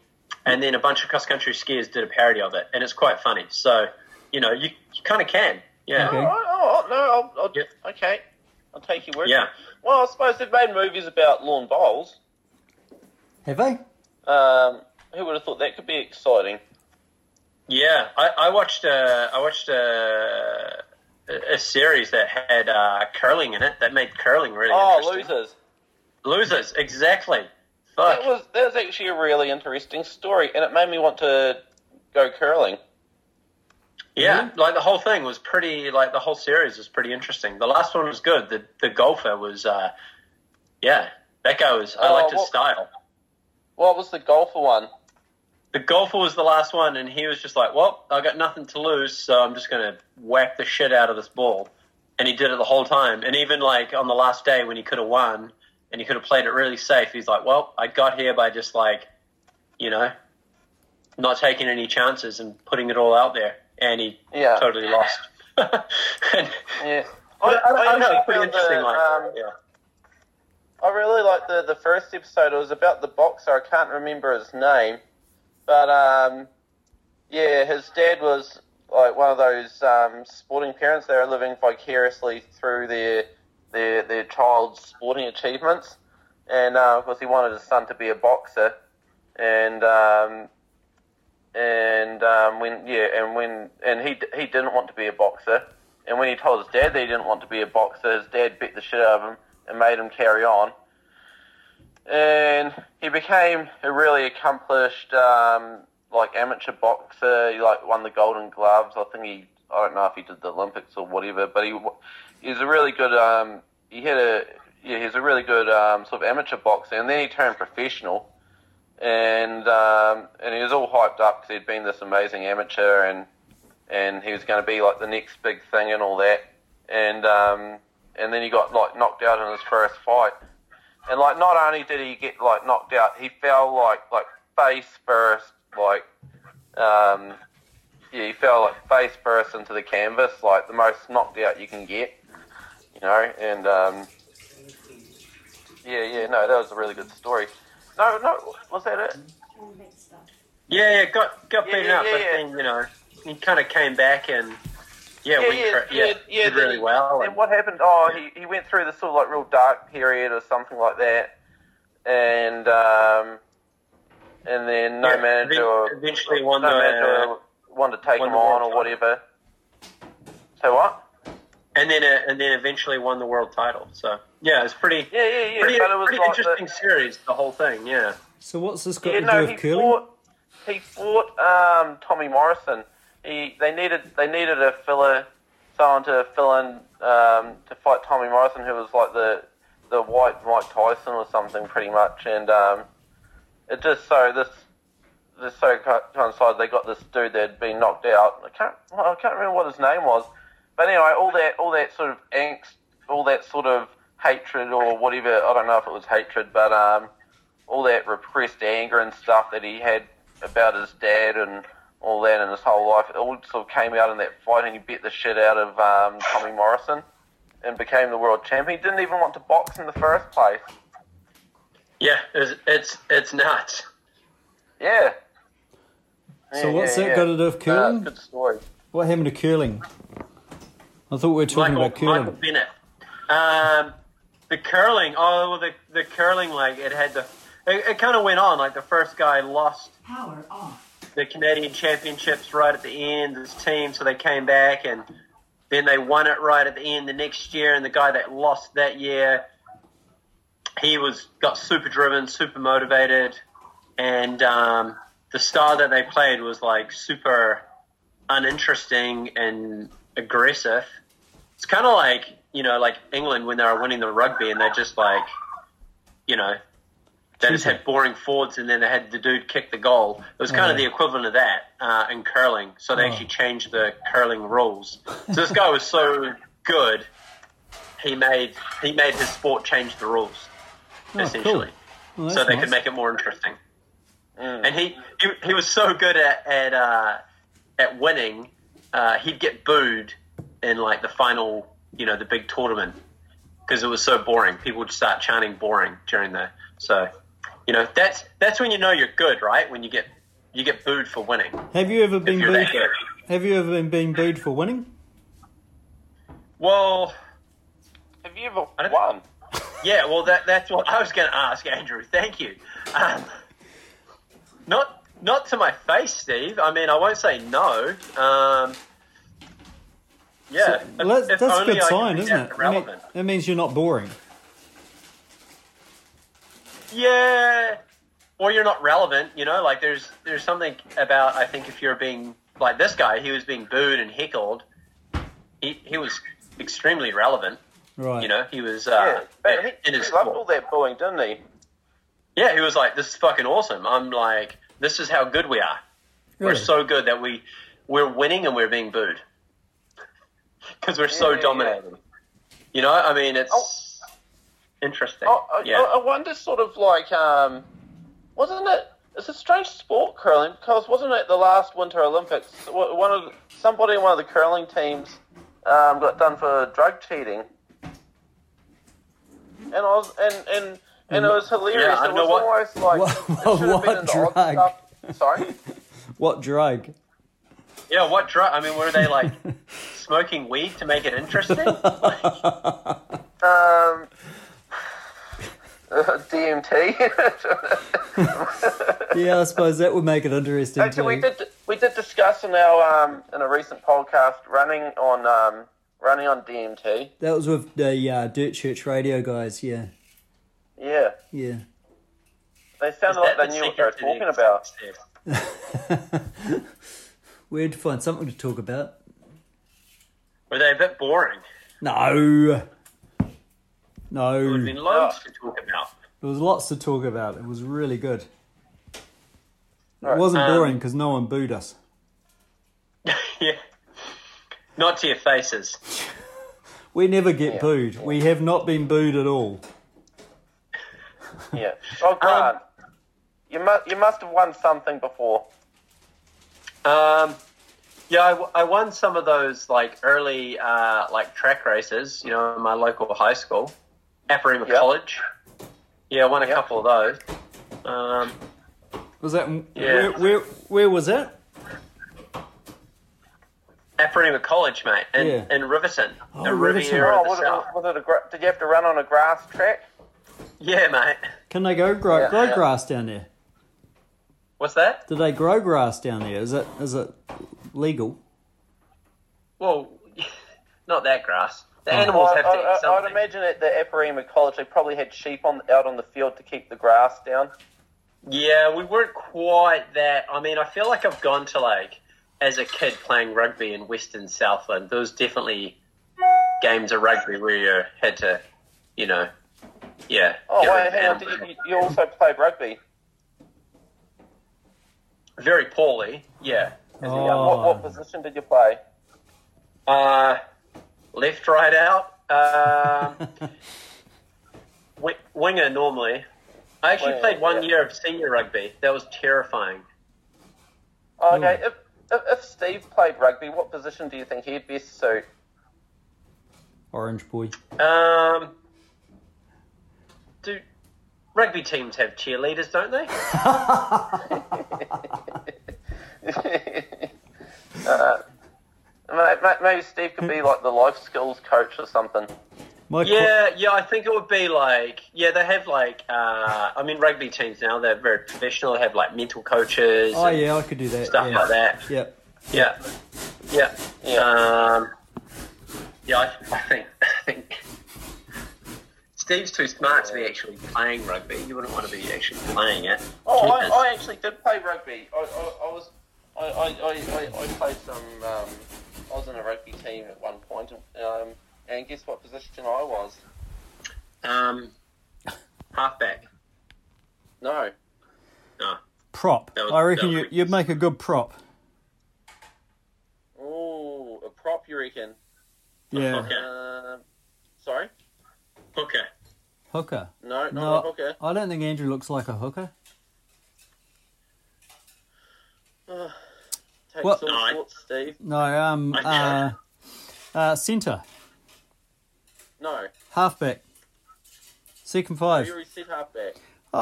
Speaker 5: and then a bunch of cross country skiers did a parody of it, and it's quite funny. So, you know, you, you kind of can. Yeah.
Speaker 2: Okay.
Speaker 4: All right, all right, Oh, no, I'll, I'll,
Speaker 5: Yeah.
Speaker 4: okay. I'll take your word.
Speaker 5: Yeah.
Speaker 4: Well, I suppose they've made movies about lawn bowls.
Speaker 2: Have they?
Speaker 4: Um, who would have thought that could be exciting?
Speaker 5: Yeah, I, I watched uh, I watched a, a series that had uh, curling in it that made curling really
Speaker 4: Oh,
Speaker 5: interesting.
Speaker 4: losers.
Speaker 5: Losers, exactly. Fuck.
Speaker 4: That was that was actually a really interesting story, and it made me want to go curling.
Speaker 5: yeah, like the whole thing was pretty. Like the whole series was pretty interesting. The last one was good. The the golfer was, uh, yeah, that guy was. I
Speaker 4: Oh,
Speaker 5: liked his
Speaker 4: what-
Speaker 5: style.
Speaker 4: What was the golfer one?
Speaker 5: The golfer was the last one, and he was just like, "Well, I got nothing to lose, so I'm just gonna whack the shit out of this ball." And he did it the whole time. And even like on the last day when he could have won and he could have played it really safe, he's like, "Well, I got here by just like, you know, not taking any chances and putting it all out there." And he
Speaker 4: Yeah,
Speaker 5: totally lost. And-
Speaker 4: yeah.
Speaker 5: I, I, don't- I don't know.
Speaker 4: actually
Speaker 5: It's pretty
Speaker 4: found
Speaker 5: interesting.
Speaker 4: the,
Speaker 5: like,
Speaker 4: um,
Speaker 5: yeah.
Speaker 4: I really liked the the first episode. It was about the boxer. I can't remember his name, but um, Yeah, his dad was like one of those um, sporting parents. They were living vicariously through their their their child's sporting achievements, and uh, of course he wanted his son to be a boxer, and um, and um, when yeah, and when and he he didn't want to be a boxer, and when he told his dad that he didn't want to be a boxer, his dad beat the shit out of him and made him carry on. And he became a really accomplished, um, like amateur boxer. He like won the Golden Gloves. I think he, I don't know if he did the Olympics or whatever, but he, wa- he was a really good. Um, he had a, yeah, he was a really good um, sort of amateur boxer, and then he turned professional and um, and he was all hyped up because he'd been this amazing amateur and and he was going to be like the next big thing and all that and um, and then he got like knocked out in his first fight and like not only did he get like knocked out he fell like like face first like um, yeah he fell like face first into the canvas like the most knocked out you can get you know and um, yeah yeah no that was a really good story no no was that it
Speaker 3: all that stuff.
Speaker 5: Yeah, yeah, got got
Speaker 4: Yeah,
Speaker 5: beaten
Speaker 4: yeah,
Speaker 5: up,
Speaker 4: yeah,
Speaker 5: but
Speaker 4: yeah.
Speaker 5: then you know he kind of came back and yeah, we cra- yeah,
Speaker 4: then
Speaker 5: did really
Speaker 4: he-
Speaker 5: well.
Speaker 4: Then
Speaker 5: And,
Speaker 4: what happened? Oh, he, he went through this sort of like real dark period or something like that, and um, and then no
Speaker 5: Yeah,
Speaker 4: manager
Speaker 5: ev-
Speaker 4: or-
Speaker 5: eventually won
Speaker 4: no
Speaker 5: the-
Speaker 4: manager wanted to take
Speaker 5: won
Speaker 4: him
Speaker 5: the
Speaker 4: on
Speaker 5: world
Speaker 4: or
Speaker 5: title.
Speaker 4: whatever. So what?
Speaker 5: and then uh, and then eventually won the world title. So yeah, it's pretty
Speaker 4: Yeah, yeah, yeah.
Speaker 5: pretty,
Speaker 4: but it was
Speaker 5: pretty
Speaker 4: like the-
Speaker 5: interesting series, the whole thing. Yeah,
Speaker 2: So what's this got
Speaker 4: yeah,
Speaker 2: to
Speaker 4: no,
Speaker 2: do
Speaker 4: he
Speaker 2: with curling?
Speaker 4: fought. He fought um, Tommy Morrison. He they needed they needed a filler, someone to fill in um, to fight Tommy Morrison, who was like the the white Mike Tyson or something, pretty much. And um, it just so this this so co- coincided. They got this dude that had been knocked out. I can't I can't remember what his name was, but anyway, all that all that sort of angst, all that sort of hatred or whatever. I don't know if it was hatred, but um, all that repressed anger and stuff that he had about his dad and all that in his whole life, it all sort of came out in that fight, and he beat the shit out of um, Tommy Morrison and became the world champion. He didn't even want to box in the first place.
Speaker 5: yeah, it was, it's it's nuts.
Speaker 4: Yeah.
Speaker 2: So
Speaker 4: Yeah,
Speaker 2: what's
Speaker 4: yeah,
Speaker 2: that
Speaker 4: yeah.
Speaker 2: got to do with
Speaker 4: Uh,
Speaker 2: curling?
Speaker 4: good story.
Speaker 2: What happened to curling? I thought we were talking
Speaker 5: Michael,
Speaker 2: about curling.
Speaker 5: Michael Bennett. Um, the curling. Oh, well, the the curling. Like it had the. It, it kind of went on. Like the first guy lost
Speaker 3: Power off.
Speaker 5: the Canadian Championships right at the end. This team, so they came back and then they won it right at the end the next year. And the guy that lost that year, he was got super driven, super motivated, and um, the style that they played was like super uninteresting and aggressive. It's kind of like you know, like England when they were winning the rugby and they just like, you know. They just had boring forwards, and then they had the dude kick the goal. It was kind
Speaker 2: Oh.
Speaker 5: of the equivalent of that uh, in curling. So they
Speaker 2: Oh.
Speaker 5: actually changed the curling rules. So this guy was so good, he made he made his sport change the rules
Speaker 2: Oh, cool.
Speaker 5: essentially,
Speaker 2: Well,
Speaker 5: so
Speaker 2: Oh, that's
Speaker 5: they
Speaker 2: nice.
Speaker 5: could make it more interesting. And he, he he was so good at at uh, at winning, uh, he'd get booed in like the final, you know, the big tournament because it was so boring. People would start chanting "boring" during the so, you know, that's that's when you know you're good, right? When you get you get booed for winning.
Speaker 2: Have you ever
Speaker 5: If
Speaker 2: been
Speaker 5: you're
Speaker 2: booed?
Speaker 5: that good.
Speaker 2: Have you ever been, been booed for winning?
Speaker 5: Well,
Speaker 4: Have you ever
Speaker 5: I don't-
Speaker 4: won?
Speaker 5: Yeah, well, that, that's what I was going to ask, Andrew. Thank you. Um, not not to my face, Steve. I mean, I won't say no. Um, yeah,
Speaker 2: So-
Speaker 5: if-
Speaker 2: well, that's,
Speaker 5: if
Speaker 2: that's a
Speaker 5: only
Speaker 2: good
Speaker 5: I could
Speaker 2: sign,
Speaker 5: be
Speaker 2: isn't
Speaker 5: that
Speaker 2: it? I mean,
Speaker 5: Relevant.
Speaker 2: it means you're not boring.
Speaker 5: Yeah, or you're not relevant. You know, like there's there's something about I think if you're being like this guy, he was being booed and heckled. He he was extremely relevant.
Speaker 2: Right.
Speaker 5: You know, he was
Speaker 4: Yeah,
Speaker 5: uh,
Speaker 4: but he,
Speaker 5: in
Speaker 4: he
Speaker 5: his
Speaker 4: loved
Speaker 5: sport.
Speaker 4: all that booing, didn't he?
Speaker 5: Yeah, he was like, "This is fucking awesome." I'm like, "This is how good we are. We're
Speaker 2: Really?
Speaker 5: so good that we we're winning and we're being booed because we're so
Speaker 4: Yeah, yeah.
Speaker 5: dominating." You know, I mean,
Speaker 4: Oh.
Speaker 5: it's interesting.
Speaker 4: I, I,
Speaker 5: yeah,
Speaker 4: I, I wonder, sort of like, um, wasn't it? It's a strange sport, curling, because wasn't it the last Winter Olympics? w- One of somebody in one of the curling teams um, got done for drug cheating, and I was and and and it was hilarious.
Speaker 5: Mm, Yeah, I
Speaker 4: it
Speaker 5: know
Speaker 4: was almost
Speaker 5: what-
Speaker 4: like
Speaker 2: What-
Speaker 4: it should have been
Speaker 2: what
Speaker 4: in the odds
Speaker 2: drug?
Speaker 4: stuff. Sorry.
Speaker 2: What drug?
Speaker 5: Yeah, what drug? I mean, were they like smoking weed to make it interesting?
Speaker 4: Um, uh, DMT.
Speaker 2: yeah, I suppose that would make it interesting too.
Speaker 4: Actually, we did we did discuss in our um, in a recent podcast running on um, running on DMT.
Speaker 2: That was with the uh, Dirt Church Radio guys. Yeah,
Speaker 4: Yeah,
Speaker 2: yeah.
Speaker 4: they sounded like they knew what they were talking about.
Speaker 2: We'd find something to talk about.
Speaker 5: Were they a bit boring?
Speaker 2: No,
Speaker 5: There
Speaker 2: no.
Speaker 5: would
Speaker 4: Hmm.
Speaker 5: have been loads
Speaker 4: Oh.
Speaker 5: to talk about.
Speaker 2: There was lots to talk about. It was really good. It
Speaker 4: Right,
Speaker 2: wasn't
Speaker 5: um,
Speaker 2: boring because no one booed us.
Speaker 5: yeah. Not to your faces.
Speaker 2: We never get
Speaker 4: Yeah.
Speaker 2: booed. We have not been booed at all.
Speaker 4: Yeah. Oh, Grant, you must you must have won something before.
Speaker 5: Um, yeah, I, w- I won some of those like early uh, like track races. You know, in my local high school, Aparima
Speaker 4: Yep.
Speaker 5: College. Yeah, I won a couple of those. Um,
Speaker 2: Was that
Speaker 5: Yeah.
Speaker 2: where, where? Where was it?
Speaker 5: Aparima College, mate, in,
Speaker 2: Yeah.
Speaker 5: in Riverton,
Speaker 2: Oh,
Speaker 5: the
Speaker 2: Riverton.
Speaker 5: Riviera
Speaker 4: Oh,
Speaker 5: of the
Speaker 4: was it,
Speaker 5: South.
Speaker 4: was it a gra- did you have to run on a grass track?
Speaker 5: Yeah, mate.
Speaker 2: Can they go grow,
Speaker 4: Yeah,
Speaker 2: grow
Speaker 4: yeah.
Speaker 2: grass down there?
Speaker 5: What's that?
Speaker 2: Do they grow grass down there? Is it is it legal?
Speaker 5: Well, not that grass. The
Speaker 2: Oh.
Speaker 5: animals
Speaker 4: I,
Speaker 5: have to
Speaker 4: I,
Speaker 5: eat
Speaker 4: I, I'd
Speaker 5: something.
Speaker 4: imagine at the Aparima College they probably had sheep on out on the field to keep the grass down.
Speaker 5: Yeah, we weren't quite that. I mean, I feel like I've gone to like as a kid playing rugby in Western Southland. There was definitely games of rugby where you had to, you know, yeah.
Speaker 4: Oh
Speaker 5: get rid
Speaker 4: wait,
Speaker 5: of
Speaker 4: hang on, did
Speaker 5: animals.
Speaker 4: you, you- you also played rugby.
Speaker 5: Very poorly. Yeah.
Speaker 4: Yeah, what, what
Speaker 2: Oh,
Speaker 4: position did you play?
Speaker 5: Uh, left, right out. Um, wi- winger normally. I actually
Speaker 4: Winger,
Speaker 5: played one
Speaker 4: yeah.
Speaker 5: year of senior rugby. That was terrifying.
Speaker 4: Oh, okay, if, if if Steve played rugby, what position do you think he'd best suit?
Speaker 2: Ah, orange boy.
Speaker 5: Um, do rugby teams have cheerleaders, don't they?
Speaker 4: May- may- Maybe Steve could be like the life skills coach or something.
Speaker 2: My co-
Speaker 5: Yeah, yeah, I think it would be like yeah, they have like uh, I mean rugby teams now they're very professional. They have like mental coaches,
Speaker 2: oh
Speaker 5: and
Speaker 2: yeah, I could do that.
Speaker 5: stuff
Speaker 2: yeah.
Speaker 5: like that.
Speaker 2: Yep.
Speaker 5: Yeah, yeah,
Speaker 4: Yeah.
Speaker 5: Um, yeah, I, I think I think Steve's too smart to be actually playing rugby. You wouldn't want to be actually playing it.
Speaker 4: Oh, I,
Speaker 5: Keepers.
Speaker 4: I actually did play rugby. I, I, I was, I, I, I, I- I played some. Um, I was in a rugby team at one point, and, um, and guess what position I was?
Speaker 5: um, halfback. Oh,
Speaker 4: No,
Speaker 5: No,
Speaker 2: Prop.
Speaker 5: That was-
Speaker 2: I reckon
Speaker 5: that
Speaker 2: you
Speaker 5: was-
Speaker 2: you'd make a good prop.
Speaker 4: oh, a prop, you reckon?
Speaker 2: Yeah.
Speaker 5: Okay.
Speaker 4: Um sorry,
Speaker 5: hooker.
Speaker 2: Hooker.
Speaker 4: no, not
Speaker 2: No,
Speaker 4: a hooker.
Speaker 2: I don't think Andrew looks like a hooker.
Speaker 4: Takes
Speaker 2: What?
Speaker 4: all
Speaker 5: No, I-
Speaker 4: sorts, Steve.
Speaker 2: No. Um. Uh,
Speaker 5: I-
Speaker 2: uh. Center.
Speaker 4: No,
Speaker 2: Halfback. Second
Speaker 4: you
Speaker 2: five.
Speaker 4: already said halfback.
Speaker 2: I,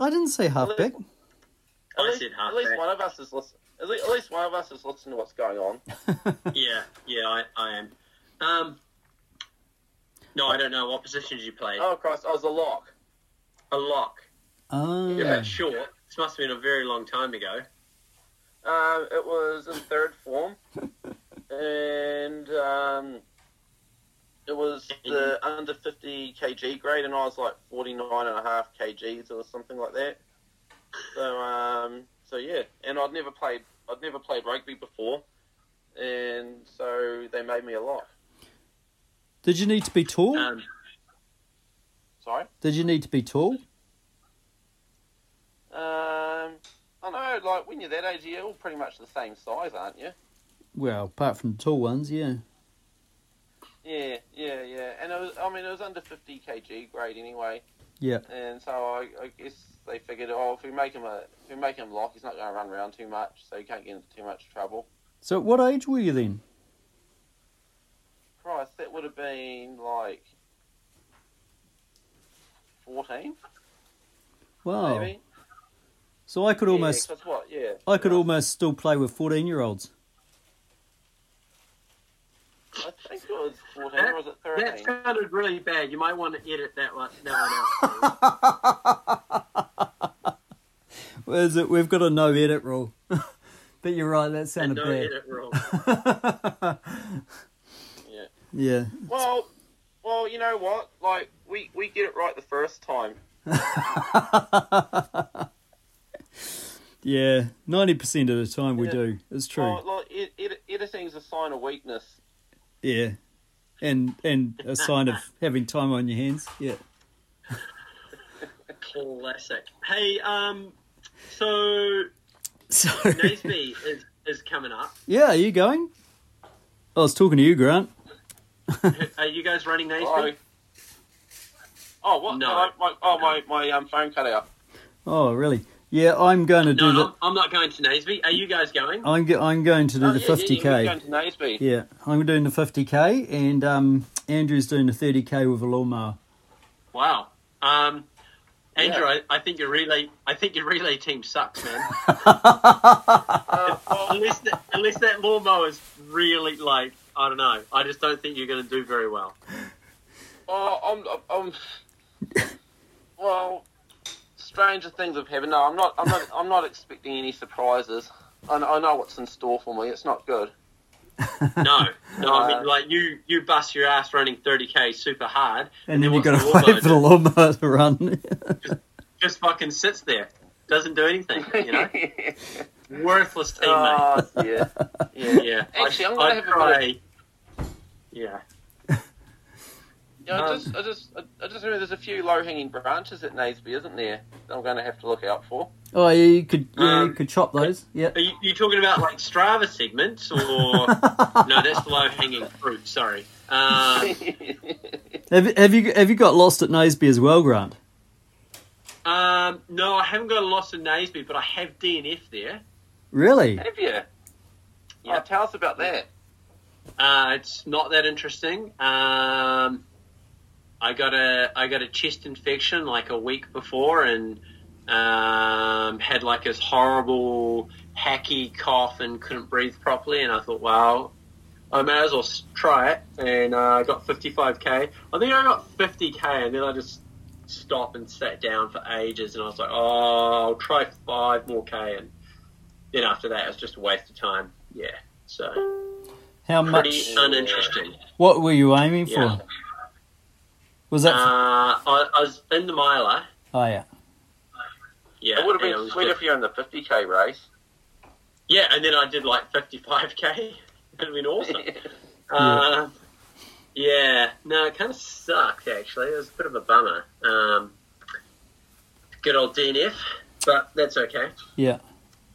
Speaker 2: I I didn't say halfback.
Speaker 4: At
Speaker 5: I
Speaker 4: least,
Speaker 5: said
Speaker 4: at least
Speaker 5: halfback.
Speaker 4: one of us is listening. At least, at least one of us is listening to what's going on.
Speaker 5: Yeah, yeah, I, I am. Um, no, I don't know. What position did you play?
Speaker 4: Oh Christ, I was a lock.
Speaker 5: A lock.
Speaker 2: Oh.
Speaker 5: Yeah, but short. This must have been a very long time ago.
Speaker 4: Um, it was in third form, and um, it was the under 50 kg grade, and I was like 49 and a half kgs or something like that. So, um, so yeah, and I'd never played, I'd never played rugby before, and so they made me a lock.
Speaker 2: Did you need to be tall?
Speaker 5: Um,
Speaker 4: Sorry.
Speaker 2: Did you need to be tall?
Speaker 4: Um, I know, like when you're that age, you're all pretty much the same size, aren't you?
Speaker 2: Well, apart from tall ones, yeah.
Speaker 4: Yeah, yeah, yeah. And it was, I mean, it was under 50 kg grade anyway.
Speaker 2: Yeah.
Speaker 4: And so I, I guess they figured, oh, if we make him a, if we make him lock, he's not going to run around too much, so he can't get into too much trouble.
Speaker 2: So, at what age were you then?
Speaker 4: Christ, that would have been like fourteen,
Speaker 2: Wow.
Speaker 4: maybe.
Speaker 2: So I could Oh, almost,
Speaker 4: Yeah, 'cause what? Yeah.
Speaker 2: I could
Speaker 4: yeah.
Speaker 2: almost still play with fourteen-year-olds.
Speaker 4: I think it was 14 or was it
Speaker 5: That
Speaker 4: 13?
Speaker 5: sounded really bad. You might want to edit that one, that one out.
Speaker 2: Is it? We've got a no edit rule. but you're right. That
Speaker 5: and
Speaker 2: sounded
Speaker 5: no edit rule.
Speaker 2: bad.
Speaker 4: Yeah.
Speaker 2: yeah.
Speaker 4: Well, well, you know what? Like we we get it right the first time.
Speaker 2: Yeah. Ninety percent of the time we
Speaker 4: Yeah.
Speaker 2: do. It's true.
Speaker 5: Oh.
Speaker 4: Well, like, ed- ed- editing's a sign of weakness.
Speaker 2: Yeah. And and a sign of having time on your hands. Yeah.
Speaker 5: Classic. Hey, um, so
Speaker 2: So
Speaker 5: Naseby is, is coming up.
Speaker 2: Yeah, are you going? I was talking to you, Grant.
Speaker 5: Are you guys running
Speaker 4: Hello?
Speaker 5: Naseby?
Speaker 4: Oh what?
Speaker 5: No.
Speaker 4: My, my, oh my my um, phone cut out.
Speaker 2: Oh, really? Yeah, I'm going to
Speaker 5: No,
Speaker 2: do
Speaker 5: I'm,
Speaker 2: the
Speaker 5: I'm not going to Naseby. Are you guys going?
Speaker 2: I'm go- I'm going to do
Speaker 4: Oh,
Speaker 2: the
Speaker 4: yeah, yeah,
Speaker 2: 50k.
Speaker 4: you're going to Naseby.
Speaker 2: Yeah, I'm doing the 50k, and um, Andrew's doing the 30k with a lawnmower.
Speaker 5: Wow. Um, Andrew, I, I think your relay, I think your relay team sucks, man.
Speaker 4: Uh, well,
Speaker 5: unless, that, unless that lawnmower is really like, I don't know. I just don't think you're going to do very well.
Speaker 4: oh, I'm, I'm, well, stranger things have happened. No, I'm not. I'm not. I'm not expecting any surprises. I, kn- I know what's in store for me. It's not good.
Speaker 5: No, no. I
Speaker 4: Uh,
Speaker 5: mean, like you, you bust your ass running 30k super hard,
Speaker 2: And then you
Speaker 5: what's
Speaker 2: got
Speaker 5: the
Speaker 2: to wait for
Speaker 5: lawnmower
Speaker 2: the
Speaker 5: do?
Speaker 2: lawnmower to run.
Speaker 5: just fucking sits there, doesn't do anything. You know, worthless teammate.
Speaker 2: Uh,
Speaker 4: oh, yeah. Yeah.
Speaker 5: yeah,
Speaker 4: Actually, I'm
Speaker 5: I'd-
Speaker 4: gonna have
Speaker 5: I'd
Speaker 4: a bit of-
Speaker 5: try- Yeah.
Speaker 4: Yeah, I
Speaker 5: Um,
Speaker 4: just, I just, I, I just remember there's a few low-hanging branches at Naseby, isn't there? That I'm going to have to look out for.
Speaker 2: oh, yeah, you could yeah, you
Speaker 5: Um,
Speaker 2: could chop those. Yeah.
Speaker 5: Are you, you talking about like Strava segments or no? That's low hanging fruit. Sorry. Um,
Speaker 2: Have, have you have you got lost at Naseby as well, Grant?
Speaker 5: um, no, I haven't got a loss in Naseby, but I have DNF there.
Speaker 2: Really?
Speaker 4: have you? Yeah,
Speaker 5: Yeah.
Speaker 4: Oh, tell us about that.
Speaker 5: Uh, it's not that interesting. Um, I got a I got a chest infection like a week before, and um, had like this horrible hacky cough and couldn't breathe properly. And I thought, well, I may as well s- try it. And uh, I got 55k. I think I got 50k, and then I just stopped and sat down for ages. And I was like, oh, I'll try five more k. And then after that, it was just a waste of time. Yeah, so
Speaker 2: How
Speaker 5: pretty
Speaker 2: much?
Speaker 5: uninteresting.
Speaker 2: What were you aiming for?
Speaker 5: Yeah.
Speaker 2: Was
Speaker 5: Uh,
Speaker 2: that?
Speaker 5: I, I was in the miler.
Speaker 2: oh yeah.
Speaker 5: Yeah,
Speaker 4: It would have
Speaker 5: and I
Speaker 4: been
Speaker 5: was
Speaker 4: sweet
Speaker 5: just-
Speaker 4: if you're in the 50k race.
Speaker 5: yeah, and then I did like 55k. That'd been awesome. Uh, yeah, no, it kind of sucked actually. It was a bit of a bummer. Um, good old DNF, but that's okay.
Speaker 2: Yeah.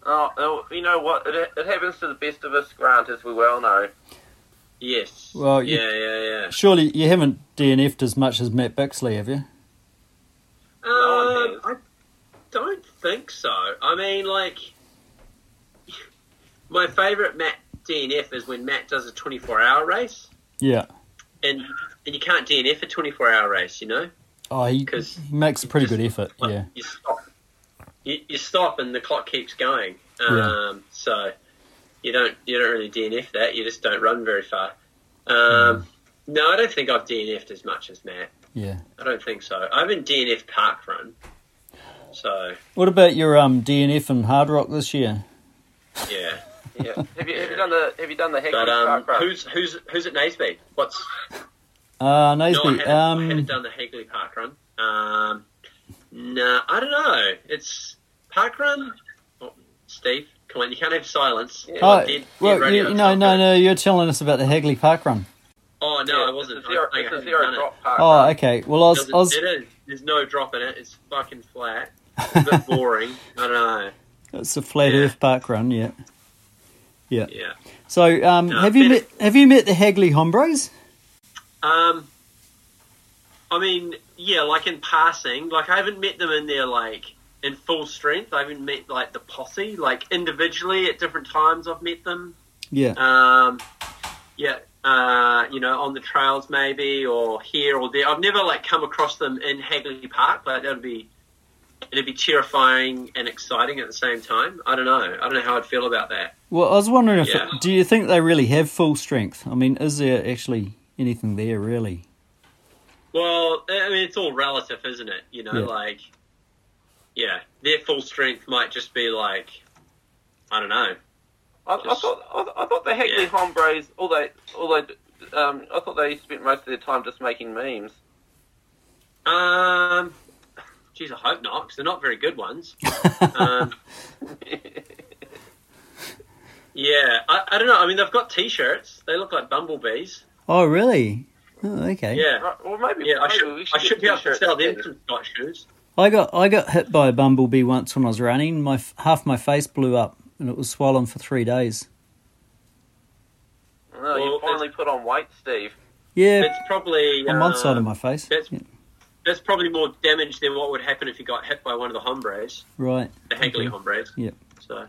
Speaker 4: oh, oh, you know what? It, it happens to the best of us, Grant, as we well know.
Speaker 5: Yes.
Speaker 2: Well, you-
Speaker 5: yeah, yeah, yeah.
Speaker 2: Surely you haven't DNF'd as much as Matt Bixley, have you?
Speaker 4: No
Speaker 5: Um,
Speaker 4: one
Speaker 5: I don't think so. I mean, like, my favourite Matt DNF is when Matt does a 24 hour race.
Speaker 2: Yeah.
Speaker 5: and and you can't DNF a 24 hour race, you know,
Speaker 2: Oh, he,
Speaker 5: 'Cause
Speaker 2: he makes a pretty good effort.
Speaker 5: Like,
Speaker 2: Yeah.
Speaker 5: you stop, you, you stop, and the clock keeps going. Um,
Speaker 2: Yeah.
Speaker 5: So you don't you don't really DNF that. You just don't run very far. Um,
Speaker 2: Mm.
Speaker 5: No, I don't think I've DNF'd as much as Matt.
Speaker 2: Yeah.
Speaker 5: I don't think so. I haven't DNF park run. So
Speaker 2: What about your um DNF and Hard Rock this year?
Speaker 5: yeah,
Speaker 4: Yeah. have, you, have you done the Have you done the Hackney
Speaker 5: but um,
Speaker 4: Park Run?
Speaker 5: who's who's who's at Naseby? What's
Speaker 2: Uh,
Speaker 5: No, I
Speaker 2: Naseby.
Speaker 5: haven't, I
Speaker 2: um,
Speaker 5: haven't done the Hagley Park Run. Um, no, I don't know. It's Park Run. Oh, Steve, come on! You can't have silence.
Speaker 4: Yeah.
Speaker 2: Oh,
Speaker 5: Dead- dead
Speaker 2: well,
Speaker 5: radio
Speaker 2: you, no,
Speaker 5: sound
Speaker 2: no,
Speaker 5: good.
Speaker 2: no, you're telling us about the Hagley Park Run.
Speaker 5: Oh no,
Speaker 4: Yeah,
Speaker 5: I wasn't.
Speaker 4: It's a zero,
Speaker 5: I, I
Speaker 4: it's a
Speaker 5: haven't
Speaker 4: zero
Speaker 5: done it.
Speaker 4: drop park.
Speaker 2: Oh,
Speaker 4: run.
Speaker 2: okay. Well, I was,
Speaker 5: Uh-huh. Doesn't-
Speaker 2: I was,
Speaker 5: it is. There's no drop in it. It's fucking flat. It's a bit boring. I don't know.
Speaker 2: it's a flat
Speaker 5: Yeah.
Speaker 2: Earth Park Run, yeah.
Speaker 5: Yeah.
Speaker 2: So, um,
Speaker 5: No,
Speaker 2: have you
Speaker 5: better-
Speaker 2: met? Have you met the Hagley Hombres?
Speaker 5: Um, I mean, yeah, like in passing, like I haven't met them in their like in full strength. I haven't met like the posse, like individually at different times. I've met them.
Speaker 2: Yeah,
Speaker 5: Um, yeah, uh, you know, on the trails maybe, or here or there. I've never like come across them in Hagley Park, but that'd be it'd be terrifying and exciting at the same time. I don't know. I don't know how I'd feel about that.
Speaker 2: Well, I was wondering if
Speaker 5: Yeah.
Speaker 2: do you think they really have full strength? I mean, is there actually anything there really?
Speaker 5: Well, I mean, it's all relative, isn't it? You know,
Speaker 2: Yeah.
Speaker 5: like, yeah, their full strength might just be like, I don't know.
Speaker 4: I, I
Speaker 5: Just-
Speaker 4: thought I, I thought the Hackney
Speaker 5: Yeah.
Speaker 4: Hombres, all they, all they, um, I thought they spent most of their time just making memes.
Speaker 5: Um, geez, I hope not, 'cause they're not very good ones. Um, yeah, I, I don't know. I mean, they've got T-shirts. They look like bumblebees.
Speaker 2: Oh, really? Oh, okay.
Speaker 5: Yeah,
Speaker 4: Right, well, maybe,
Speaker 5: yeah. I
Speaker 4: maybe we
Speaker 5: should,
Speaker 4: should
Speaker 5: I
Speaker 4: get
Speaker 5: should be able to
Speaker 4: t-shirts
Speaker 5: sell them
Speaker 4: together.
Speaker 5: some Scott shoes.
Speaker 2: I got I got hit by a bumblebee once when I was running. My f- half my face blew up, and it was swollen for three days.
Speaker 4: Oh,
Speaker 5: Well,
Speaker 4: you finally put on weight, Steve.
Speaker 2: Yeah,
Speaker 5: It's probably
Speaker 2: on one side of
Speaker 5: um,
Speaker 2: my face.
Speaker 5: that's-
Speaker 2: Yeah,
Speaker 5: That's probably more damage than what would happen if you got hit by one of the hombres,
Speaker 2: right.
Speaker 5: the Hagley
Speaker 2: Okay.
Speaker 5: hombres.
Speaker 2: Yep.
Speaker 5: So,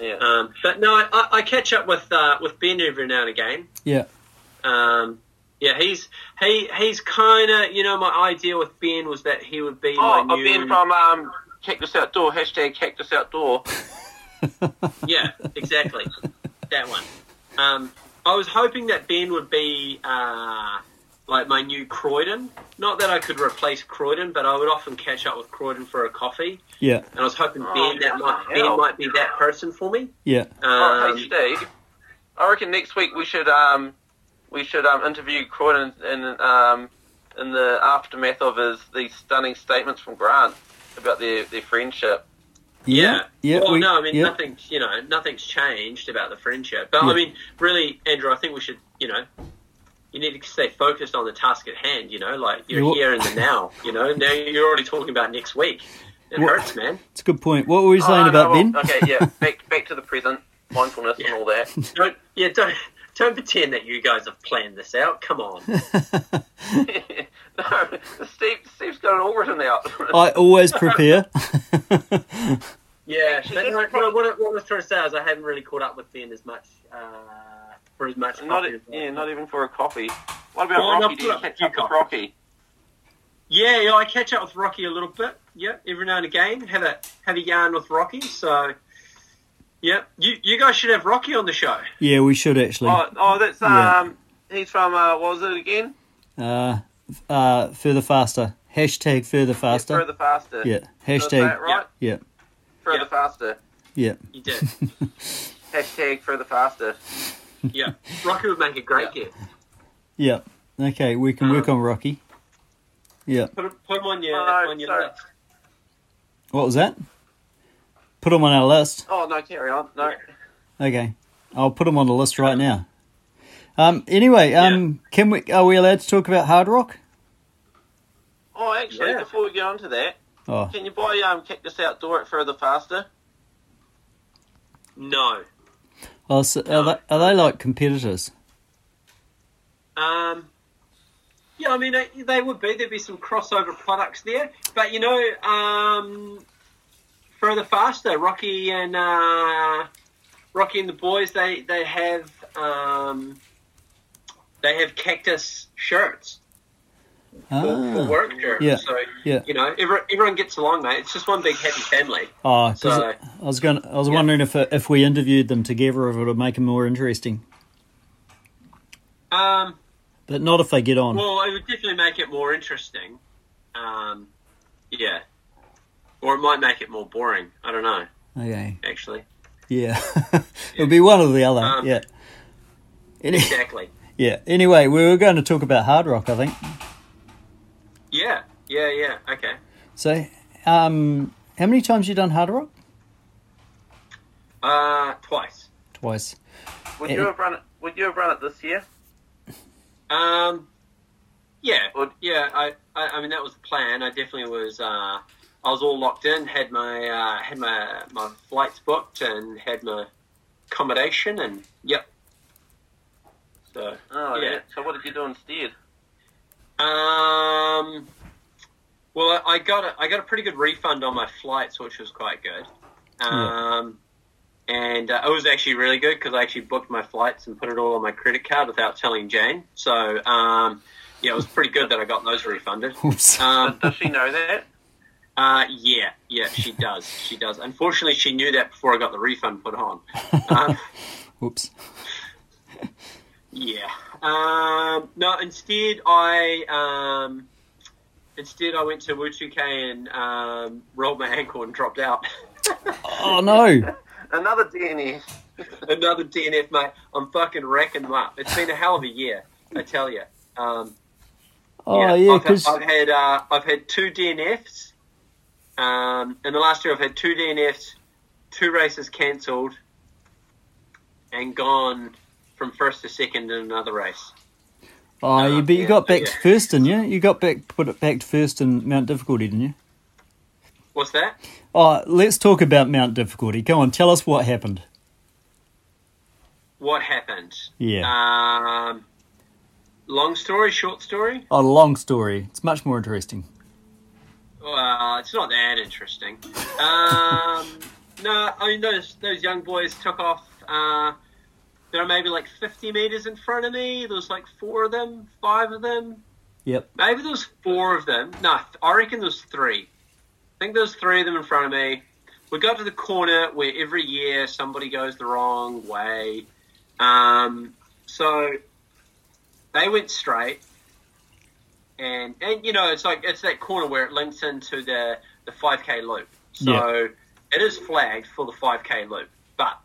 Speaker 4: Yeah.
Speaker 5: um, but no, I, I catch up with uh, with Ben every now and again.
Speaker 2: Yeah.
Speaker 5: Um, yeah, he's he he's kind of you know my idea with Ben was that he would be
Speaker 4: oh,
Speaker 5: my
Speaker 4: I've
Speaker 5: new
Speaker 4: been from um, Cactus Outdoor hashtag Cactus Outdoor.
Speaker 5: yeah exactly that one. Um, I was hoping that Ben would be uh, like my new Croydon. Not that I could replace Croydon, but I would often catch up with Croydon for a coffee,
Speaker 2: Yeah.
Speaker 5: and I was hoping
Speaker 4: Oh,
Speaker 5: Ben that might Ben
Speaker 4: hell.
Speaker 5: might be that person for me.
Speaker 2: Yeah.
Speaker 4: Oh, hey
Speaker 5: Um,
Speaker 4: Steve, I reckon next week we should um, we should um, interview Croydon in um, in the aftermath of his these stunning statements from Grant about their, their friendship.
Speaker 5: Yeah.
Speaker 2: Yeah.
Speaker 5: Well,
Speaker 2: we-
Speaker 5: no, I mean uh,
Speaker 2: yeah.
Speaker 5: nothing's you know nothing's changed about the friendship. But
Speaker 2: Yeah.
Speaker 5: I mean, really, Andrew, I think we should you know you need to stay focused on the task at hand. You know, like you're
Speaker 2: Well-
Speaker 5: here in the now. You know, now you're already talking about next week. It
Speaker 2: Well-
Speaker 5: hurts, man.
Speaker 2: It's a good point. What were you saying
Speaker 4: Oh, no,
Speaker 2: about
Speaker 4: well,
Speaker 2: Ben?
Speaker 4: Okay, yeah, back back to the present, mindfulness
Speaker 5: Yeah.
Speaker 4: and all that.
Speaker 5: Don't yeah don't don't pretend that you guys have planned this out. Come on.
Speaker 4: no, Steve Steve's got it all written out.
Speaker 2: I always prepare.
Speaker 5: Yeah,
Speaker 4: Actually,
Speaker 5: but
Speaker 4: that's
Speaker 5: no,
Speaker 4: probably-
Speaker 5: no, what, I- what I was trying to say is I haven't really caught up with Ben as much uh, for as much.
Speaker 4: not
Speaker 5: coffee
Speaker 4: e-
Speaker 5: as I-
Speaker 4: yeah, not even for a coffee. What about
Speaker 5: Well,
Speaker 4: Rocky?
Speaker 5: no,
Speaker 4: Did you
Speaker 5: look,
Speaker 4: catch
Speaker 5: you
Speaker 4: up with
Speaker 5: can't.
Speaker 4: Rocky?
Speaker 5: Yeah, yeah, I catch up with Rocky a little bit. Yeah, every now and again, have a have a yarn with Rocky. So, yeah, you you guys should have Rocky on the show.
Speaker 2: yeah, we should actually.
Speaker 4: Oh, oh, that's
Speaker 2: Yeah.
Speaker 4: um, he's from uh, what was it again?
Speaker 2: Uh, uh, further faster. Hashtag further
Speaker 4: Yeah,
Speaker 2: faster.
Speaker 4: further faster.
Speaker 2: Yeah.
Speaker 4: Did I say it
Speaker 2: Hashtag.
Speaker 4: right?
Speaker 2: Yeah.
Speaker 4: Further
Speaker 5: Yeah.
Speaker 4: faster.
Speaker 2: Yeah.
Speaker 5: You did.
Speaker 4: Hashtag further faster.
Speaker 5: yeah, Rocky would make a great gift.
Speaker 2: Yeah. Okay, we can
Speaker 4: Uh-huh.
Speaker 2: work on Rocky. Yeah.
Speaker 5: Put him, put him on your
Speaker 4: Oh,
Speaker 5: on your
Speaker 4: sorry.
Speaker 5: list.
Speaker 2: What was that? Put them on our list.
Speaker 4: Oh no, carry on. No.
Speaker 2: Okay, I'll put them on the list right
Speaker 4: Uh-huh.
Speaker 2: now. Um. Anyway, um, can we? Are we allowed to talk about Hard Rock?
Speaker 4: Oh, actually,
Speaker 5: Yeah.
Speaker 4: before we get on to that,
Speaker 2: Oh,
Speaker 4: can you buy um Cactus Outdoor at Further Faster?
Speaker 5: No,
Speaker 2: oh so are, they, are they like competitors?
Speaker 5: um, yeah, I mean they, they would be. There'd be some crossover products there, but you know, um, further faster, Rocky and uh, Rocky and the boys they they have um, they have cactus shirts. for,
Speaker 4: Uh,
Speaker 5: for
Speaker 2: Ah.
Speaker 5: work here.
Speaker 2: Yeah,
Speaker 5: So
Speaker 2: yeah.
Speaker 5: you know, every, everyone gets along, mate. It's just one big happy family.
Speaker 2: Oh, 'cause
Speaker 5: So-
Speaker 2: I was going. I was
Speaker 5: Yeah.
Speaker 2: wondering if uh, if we interviewed them together, if it would make them more interesting.
Speaker 5: Um,
Speaker 2: But not if they get on.
Speaker 5: well, it would definitely make it more interesting. Um, yeah, or it might make it more boring. I don't know,
Speaker 2: Okay.
Speaker 5: actually.
Speaker 2: Yeah. It'll be one or the other.
Speaker 5: Um,
Speaker 2: yeah. Any,
Speaker 5: Exactly.
Speaker 2: yeah. Anyway, we were going to talk about Hard Rock, I think.
Speaker 5: Yeah. Yeah. Yeah. Okay.
Speaker 2: So, um, how many times you done Hard Rock?
Speaker 5: Uh, twice.
Speaker 2: Twice.
Speaker 4: Would
Speaker 2: Yeah.
Speaker 4: you have run it? Would you have run it this year?
Speaker 5: Um, yeah,
Speaker 4: Or-
Speaker 5: yeah. I, I, I mean, that was the plan. I definitely was. Uh, I was all locked in. Had my uh, had my my flights booked and had my accommodation and yep. So
Speaker 4: Oh
Speaker 5: Yeah.
Speaker 4: yeah. So what did you do instead?
Speaker 5: um, well, I, I got a, I got a pretty good refund on my flights, which was quite good. Um, and uh, it was actually really good because I actually booked my flights and put it all on my credit card without telling Jane. So um, yeah, it was pretty good that I got those refunded.
Speaker 2: Oops.
Speaker 5: Um,
Speaker 4: Does she know that?
Speaker 5: Uh, yeah, yeah, she does. She does. Unfortunately, she knew that before I got the refund put on. Um,
Speaker 2: Whoops.
Speaker 5: Yeah. Um, no, instead I um, instead I went to Wu 2K and um, rolled my ankle and dropped out.
Speaker 2: Oh no.
Speaker 4: Another DNF.
Speaker 5: Another DNF, mate. I'm fucking wrecking them up. It's been a hell of a year, I tell you. Um,
Speaker 2: Oh yeah,
Speaker 5: I've, had,
Speaker 2: because
Speaker 5: I've had uh, I've had two DNFs. Um, in the last year, I've had two DNFs, two races cancelled, and gone from first to second in another race.
Speaker 2: oh, you, but you
Speaker 5: yeah,
Speaker 2: got back to
Speaker 5: yeah.
Speaker 2: first, didn't you? You got back put it back to first in Mount Difficulty, didn't you?
Speaker 5: What's that?
Speaker 2: Oh, let's talk about Mount Difficulty. Go on, tell us what happened.
Speaker 5: what happened.
Speaker 2: Yeah,
Speaker 5: Um, long story, short story.
Speaker 2: a Oh, long story. It's much more interesting.
Speaker 5: Well, it's not that interesting. Um, no, I mean those those young boys took off. Uh, they were maybe like fifty meters in front of me. There was like four of them, five of them.
Speaker 2: Yep.
Speaker 5: Maybe there was four of them. No, th- I reckon there was three. I think there was three of them in front of me. We got to the corner where every year somebody goes the wrong way. Um, so they went straight, and and you know it's like it's that corner where it links into the the five k loop. So it is flagged for the five k loop, but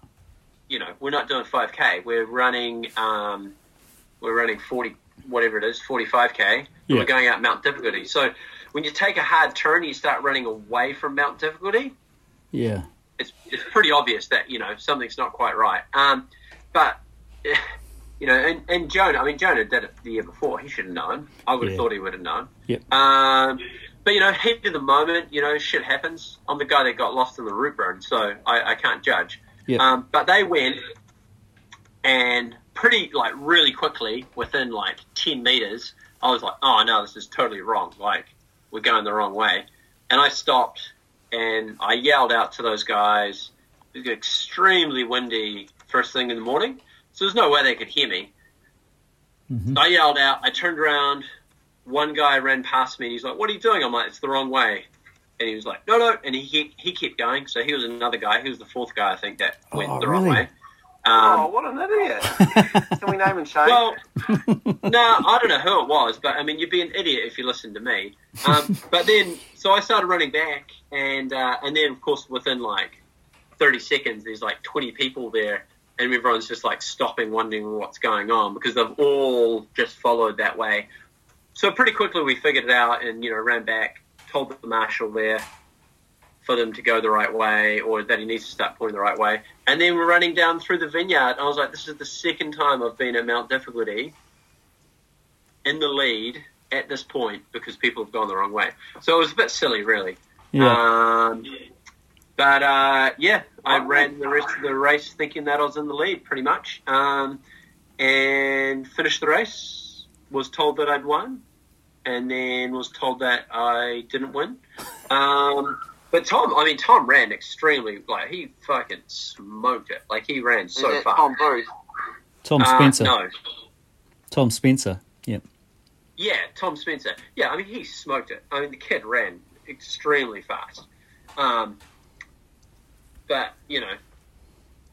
Speaker 5: you know we're not doing five k. We're running um, we're running forty whatever it is forty five k.
Speaker 2: Yeah.
Speaker 5: We're going out Mount Difficulty. So when you take a hard turn, you start running away from Mount Difficulty
Speaker 2: Yeah.
Speaker 5: it's, it's pretty obvious that you know something's not quite right. Um, but you know, and, and Jonah, I mean, Jonah did it the year before. He should have known. I would have
Speaker 2: Yeah.
Speaker 5: thought he would have known.
Speaker 2: Yep.
Speaker 5: Um, but you know, heat of the moment, you know, shit happens. I'm the guy that got lost in the root run, so I, I can't judge.
Speaker 2: Yep.
Speaker 5: Um, but they went and pretty like really quickly within like ten meters, I was like, oh no, this is totally wrong. Like we're going the wrong way, and I stopped and I yelled out to those guys. It was extremely windy first thing in the morning, so there's no way they could hear me.
Speaker 2: Mhm.
Speaker 5: I yelled out. I turned around. One guy ran past me. and He's like, "What are you doing?" I'm like, "It's the wrong way." And he was like, "No, no." And he he, he kept going. So he was another guy. He was the fourth guy I think that went
Speaker 2: Oh,
Speaker 5: the wrong
Speaker 2: really?
Speaker 5: way. Um,
Speaker 4: oh, what an idiot. Can we name and shame?
Speaker 5: well, no, I don't know who it was, but I mean, you'd be an idiot if you listened to me. Um, but then, so I started running back, and uh, and then, of course, within like thirty seconds, there's like twenty people there, and everyone's just like stopping, wondering what's going on because they've all just followed that way. So pretty quickly, we figured it out, and you know, ran back, told the marshal there. For them to go the right way, or that he needs to start pointing the right way, and then we're running down through the vineyard. I was like, this is the second time I've been at Mount Difficulty in the lead at this point because people have gone the wrong way. So it was a bit silly, really.
Speaker 2: Yeah.
Speaker 5: Um, but uh, yeah, I ran the rest of the race thinking that I was in the lead pretty much um, and finished the race, was told that I'd won, and then was told that I didn't win. Um, but Tom, I mean, Tom ran extremely, like, he fucking smoked it. Like, he ran
Speaker 4: Is
Speaker 5: so
Speaker 4: that
Speaker 5: far.
Speaker 4: Tom Booth.
Speaker 2: Tom
Speaker 5: Uh,
Speaker 2: Spencer.
Speaker 5: no.
Speaker 2: Tom Spencer. Yep.
Speaker 5: Yeah, Tom Spencer. Yeah, I mean, he smoked it. I mean, the kid ran extremely fast. Um, but, you know,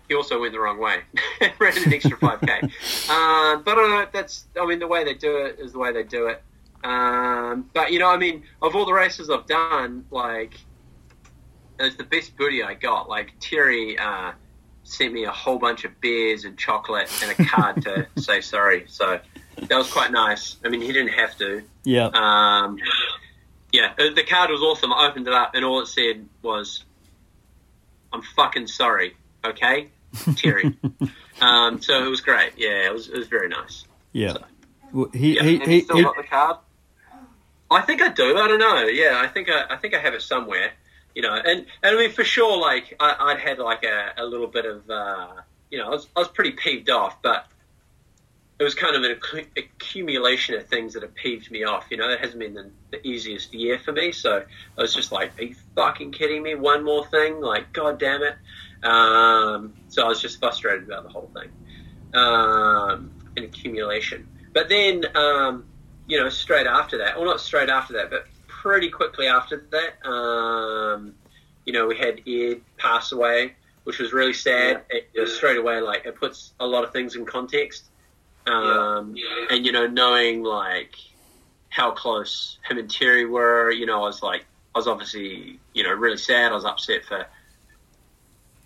Speaker 5: he also went the wrong way. ran an extra 5K. uh, but uh, that's, I mean, the way they do it is the way they do it. Um, but, you know, I mean, of all the races I've done, like, it's the best booty I got. Like, Terry uh, sent me a whole bunch of beers and chocolate and a card to say sorry. So that was quite nice. I mean, he didn't have to.
Speaker 2: Yeah.
Speaker 5: Um, yeah, uh, the card was awesome. I opened it up, and all it said was, "I'm fucking sorry." Okay, Terry. um, so it was great. Yeah, it was, it was very nice.
Speaker 2: yeah. Well, he,
Speaker 5: yeah,
Speaker 2: he,
Speaker 4: Have you
Speaker 2: he,
Speaker 4: still
Speaker 2: he-
Speaker 4: got the card?
Speaker 5: I think I do. I don't know. Yeah, I think I, I think I have it somewhere. You know, and, and I mean for sure, like I, I'd had like a, a little bit of uh, you know I was, I was pretty peeved off, but it was kind of an accu- accumulation of things that have peeved me off. You know, it hasn't been the, the easiest year for me, so I was just like, "Are you fucking kidding me? One more thing? Like, god damn it!" Um, so I was just frustrated about the whole thing, um, an accumulation. But then um, you know, straight after that, well, not straight after that, but pretty quickly after that. Um, you know, we had Ed pass away, which was really sad. It, it was straight away, like it puts a lot of things in context. Um, And you know, knowing like how close him and Terry were, you know, I was like, I was obviously, you know, really sad. I was upset for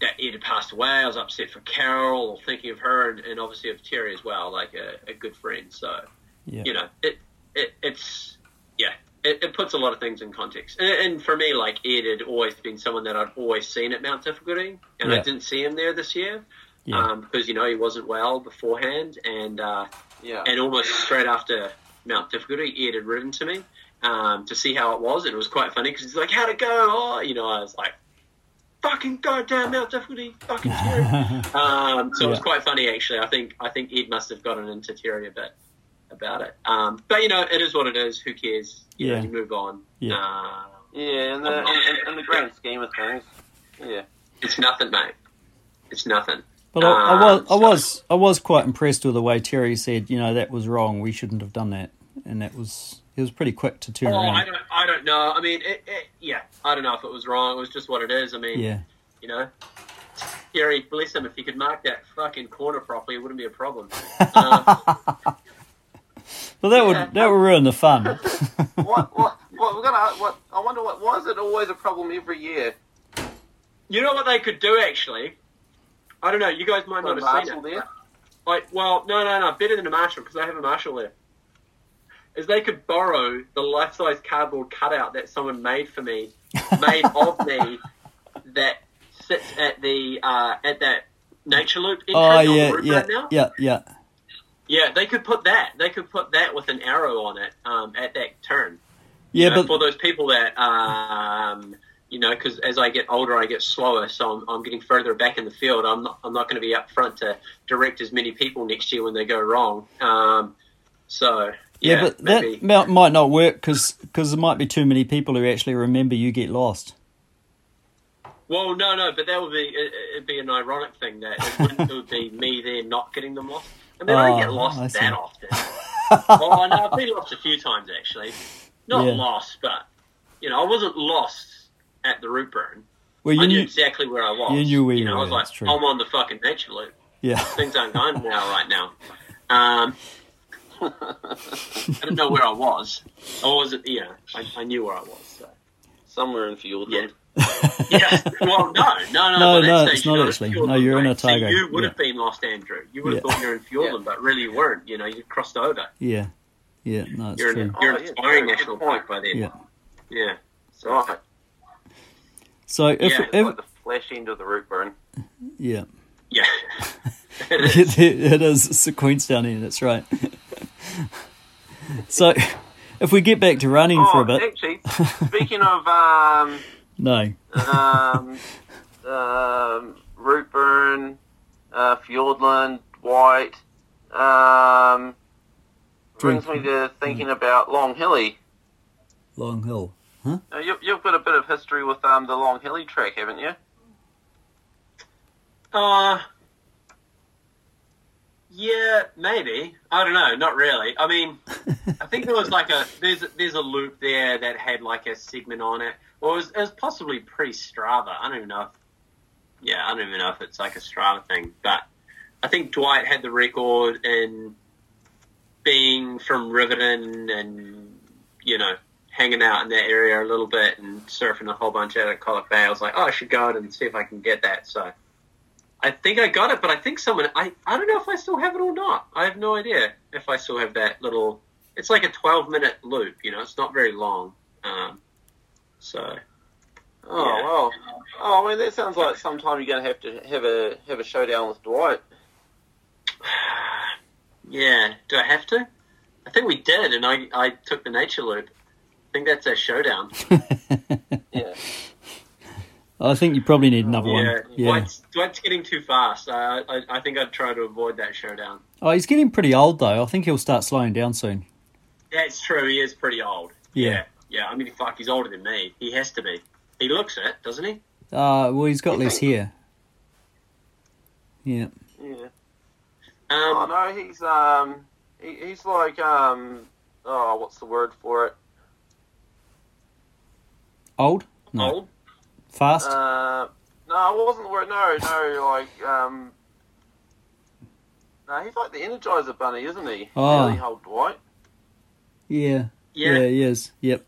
Speaker 5: that Ed had passed away. I was upset for Carol, or thinking of her, and, and obviously of Terry as well, like a, a good friend. So
Speaker 2: Yeah.
Speaker 5: you know, it, it it's yeah, it, it puts a lot of things in context. And, and for me, like Ed had always been someone that I'd always seen at Mount Difficulty, and I
Speaker 2: Yeah.
Speaker 5: didn't see him there this year
Speaker 2: Yeah.
Speaker 5: um, because you know he wasn't well beforehand, and uh,
Speaker 4: Yeah.
Speaker 5: and almost straight after Mount Difficulty, Ed had written to me um, to see how it was, and it was quite funny because he's like, "How'd it go?" Oh, you know, I was like, "Fucking goddamn Mount Difficulty, fucking Terry." um, so it was
Speaker 2: Yeah.
Speaker 5: quite funny actually. I think I think Ed must have gotten into Terry a bit about it, um, but you know, it is what it is. Who cares? You
Speaker 2: Yeah.
Speaker 5: know, you move on.
Speaker 2: Yeah.
Speaker 5: Um,
Speaker 4: Yeah, in the, in, in, in the grand scheme of things. Yeah.
Speaker 5: it's nothing, mate. It's nothing.
Speaker 2: But I, I was, I
Speaker 5: Um,
Speaker 2: was, I was quite impressed with the way Terry said, you know, that was wrong. We shouldn't have done that, and that was he was pretty quick to turn
Speaker 5: Oh, I
Speaker 2: around.
Speaker 5: don't, I don't know. I mean, it, it, yeah, I don't know if it was wrong. It was just what it is. I mean,
Speaker 2: Yeah,
Speaker 5: you know, Terry, bless him, if he could mark that fucking corner properly, it wouldn't be a problem. Um,
Speaker 2: but that would that would ruin the fun.
Speaker 4: What, what, what, we're gonna, what, I wonder what, why is it always a problem every year?
Speaker 5: You know what they could do, actually? I don't know. You guys might
Speaker 4: Put
Speaker 5: not
Speaker 4: a
Speaker 5: have seen
Speaker 4: Marshall
Speaker 5: it.
Speaker 4: there?
Speaker 5: Like, well, no, no, no. Better than a Marshall because I have a Marshall there. Is they could borrow the life-size cardboard cutout that someone made for me, made of me, that sits at the uh, at that nature loop entrance
Speaker 2: oh
Speaker 5: on
Speaker 2: yeah,
Speaker 5: the roof
Speaker 2: yeah,
Speaker 5: right now.
Speaker 2: yeah, yeah,
Speaker 5: Yeah, they could put that. They could put that with an arrow on it um, at that turn.
Speaker 2: yeah.
Speaker 5: You know, for
Speaker 2: But
Speaker 5: those people that, um, you know, because as I get older, I get slower, so I'm, I'm getting further back in the field. I'm not, I'm not going to be up front to direct as many people next year when they go wrong. Um, so yeah,
Speaker 2: yeah, but
Speaker 5: maybe.
Speaker 2: that might- might not work because there might be too many people who actually remember you get lost.
Speaker 5: Well, no, no, but that would be it, it'd be an ironic thing that it, wouldn't, it would be me there not getting them lost. I mean, I don't get
Speaker 2: Oh,
Speaker 5: lost
Speaker 2: I see.
Speaker 5: that often. oh, no, I've been lost a few times actually. Not
Speaker 2: Yeah.
Speaker 5: lost, but you know, I wasn't lost at the root burn.
Speaker 2: Well, you
Speaker 5: I knew
Speaker 2: knew,
Speaker 5: exactly where I was.
Speaker 2: you knew where you
Speaker 5: know,
Speaker 2: were,
Speaker 5: I was like,
Speaker 2: that's true.
Speaker 5: I'm on the fucking nature loop.
Speaker 2: yeah,
Speaker 5: Things aren't going well right now. Um, I don't know where I was. I wasn't. Yeah, I, I knew where I was. So.
Speaker 4: Somewhere in Fiordland.
Speaker 5: Yeah. yeah. Well, no, no, no.
Speaker 2: No,
Speaker 5: by that
Speaker 2: no,
Speaker 5: stage
Speaker 2: it's
Speaker 5: you
Speaker 2: not
Speaker 5: got
Speaker 2: actually.
Speaker 5: Fiordland,
Speaker 2: No, you're in
Speaker 5: mate. So
Speaker 2: Otago.
Speaker 5: you would have
Speaker 2: Yeah.
Speaker 5: been lost, Andrew. You would have
Speaker 2: Yeah.
Speaker 5: thought you were in Fiordland, but really you weren't. You know, you crossed over.
Speaker 2: yeah, yeah. No, it's
Speaker 5: You're
Speaker 2: true.
Speaker 5: in, you're
Speaker 4: Oh,
Speaker 5: in
Speaker 4: yeah,
Speaker 5: Aspiring
Speaker 4: very good
Speaker 5: National
Speaker 4: point.
Speaker 5: Park by then.
Speaker 2: Yeah.
Speaker 5: Yeah. So, I-
Speaker 2: So if
Speaker 5: Yeah,
Speaker 2: yeah,
Speaker 5: it's
Speaker 4: It's
Speaker 2: if,
Speaker 4: like the flash end of the root burn.
Speaker 2: yeah.
Speaker 5: yeah.
Speaker 2: it, it is. It's the Queenstown end. That's right. so, if we get back to running for a
Speaker 4: Oh,
Speaker 2: bit,
Speaker 4: actually, speaking of, um,
Speaker 2: no.
Speaker 4: um, um, Rootburn, uh, Fiordland, White. Um, brings me to thinking about Long Hilly.
Speaker 2: Long Hill.
Speaker 4: Now, you, you've got a bit of history with um, the Long Hilly track, haven't you?
Speaker 5: Uh, yeah, maybe. I don't know. Not really. I mean, I think there was like a there's there's a loop there that had like a segment on it. Or it was, it was possibly pre Strava. I don't even know. If, yeah, I don't even know if it's like a Strava thing. But I think Dwight had the record in being from Riverton and you know hanging out in that area a little bit and surfing a whole bunch out at Colic Bay. I was like, oh, I should go in and see if I can get that. So. I think I got it, but I think someone I, I don't know if I still have it or not. I have no idea if I still have that little. It's like a twelve minute loop, you know. It's not very long, um, so
Speaker 4: Oh
Speaker 5: Yeah.
Speaker 4: well. Oh, I mean, that sounds like sometime you're going to have to have a have a showdown with Dwight.
Speaker 5: yeah. Do I have to? I think we did, and I I took the nature loop. I think that's our showdown.
Speaker 4: Yeah.
Speaker 2: I think you probably need another
Speaker 5: Yeah,
Speaker 2: one. Yeah.
Speaker 5: Dwight's, Dwight's getting too fast. I, I I think I'd try to avoid that showdown.
Speaker 2: Oh, he's getting pretty old though. I think he'll start slowing down soon.
Speaker 5: That's true. He is pretty old.
Speaker 2: Yeah.
Speaker 5: yeah. I mean, fuck, he's older than me. He has to be. He looks it, doesn't he?
Speaker 2: Uh, well, he's got less hair. Yeah.
Speaker 4: Yeah.
Speaker 5: Um,
Speaker 4: Oh no, he's um, he, he's like um, oh, what's the word for it?
Speaker 2: Old? No.
Speaker 5: Old?
Speaker 2: Fast?
Speaker 4: Uh, no, it wasn't the word. No, no, like um, no, he's like the Energizer Bunny, isn't he?
Speaker 2: Oh.
Speaker 4: Really, old Dwight.
Speaker 2: yeah.
Speaker 5: Yeah.
Speaker 2: Yeah, he is. Yep.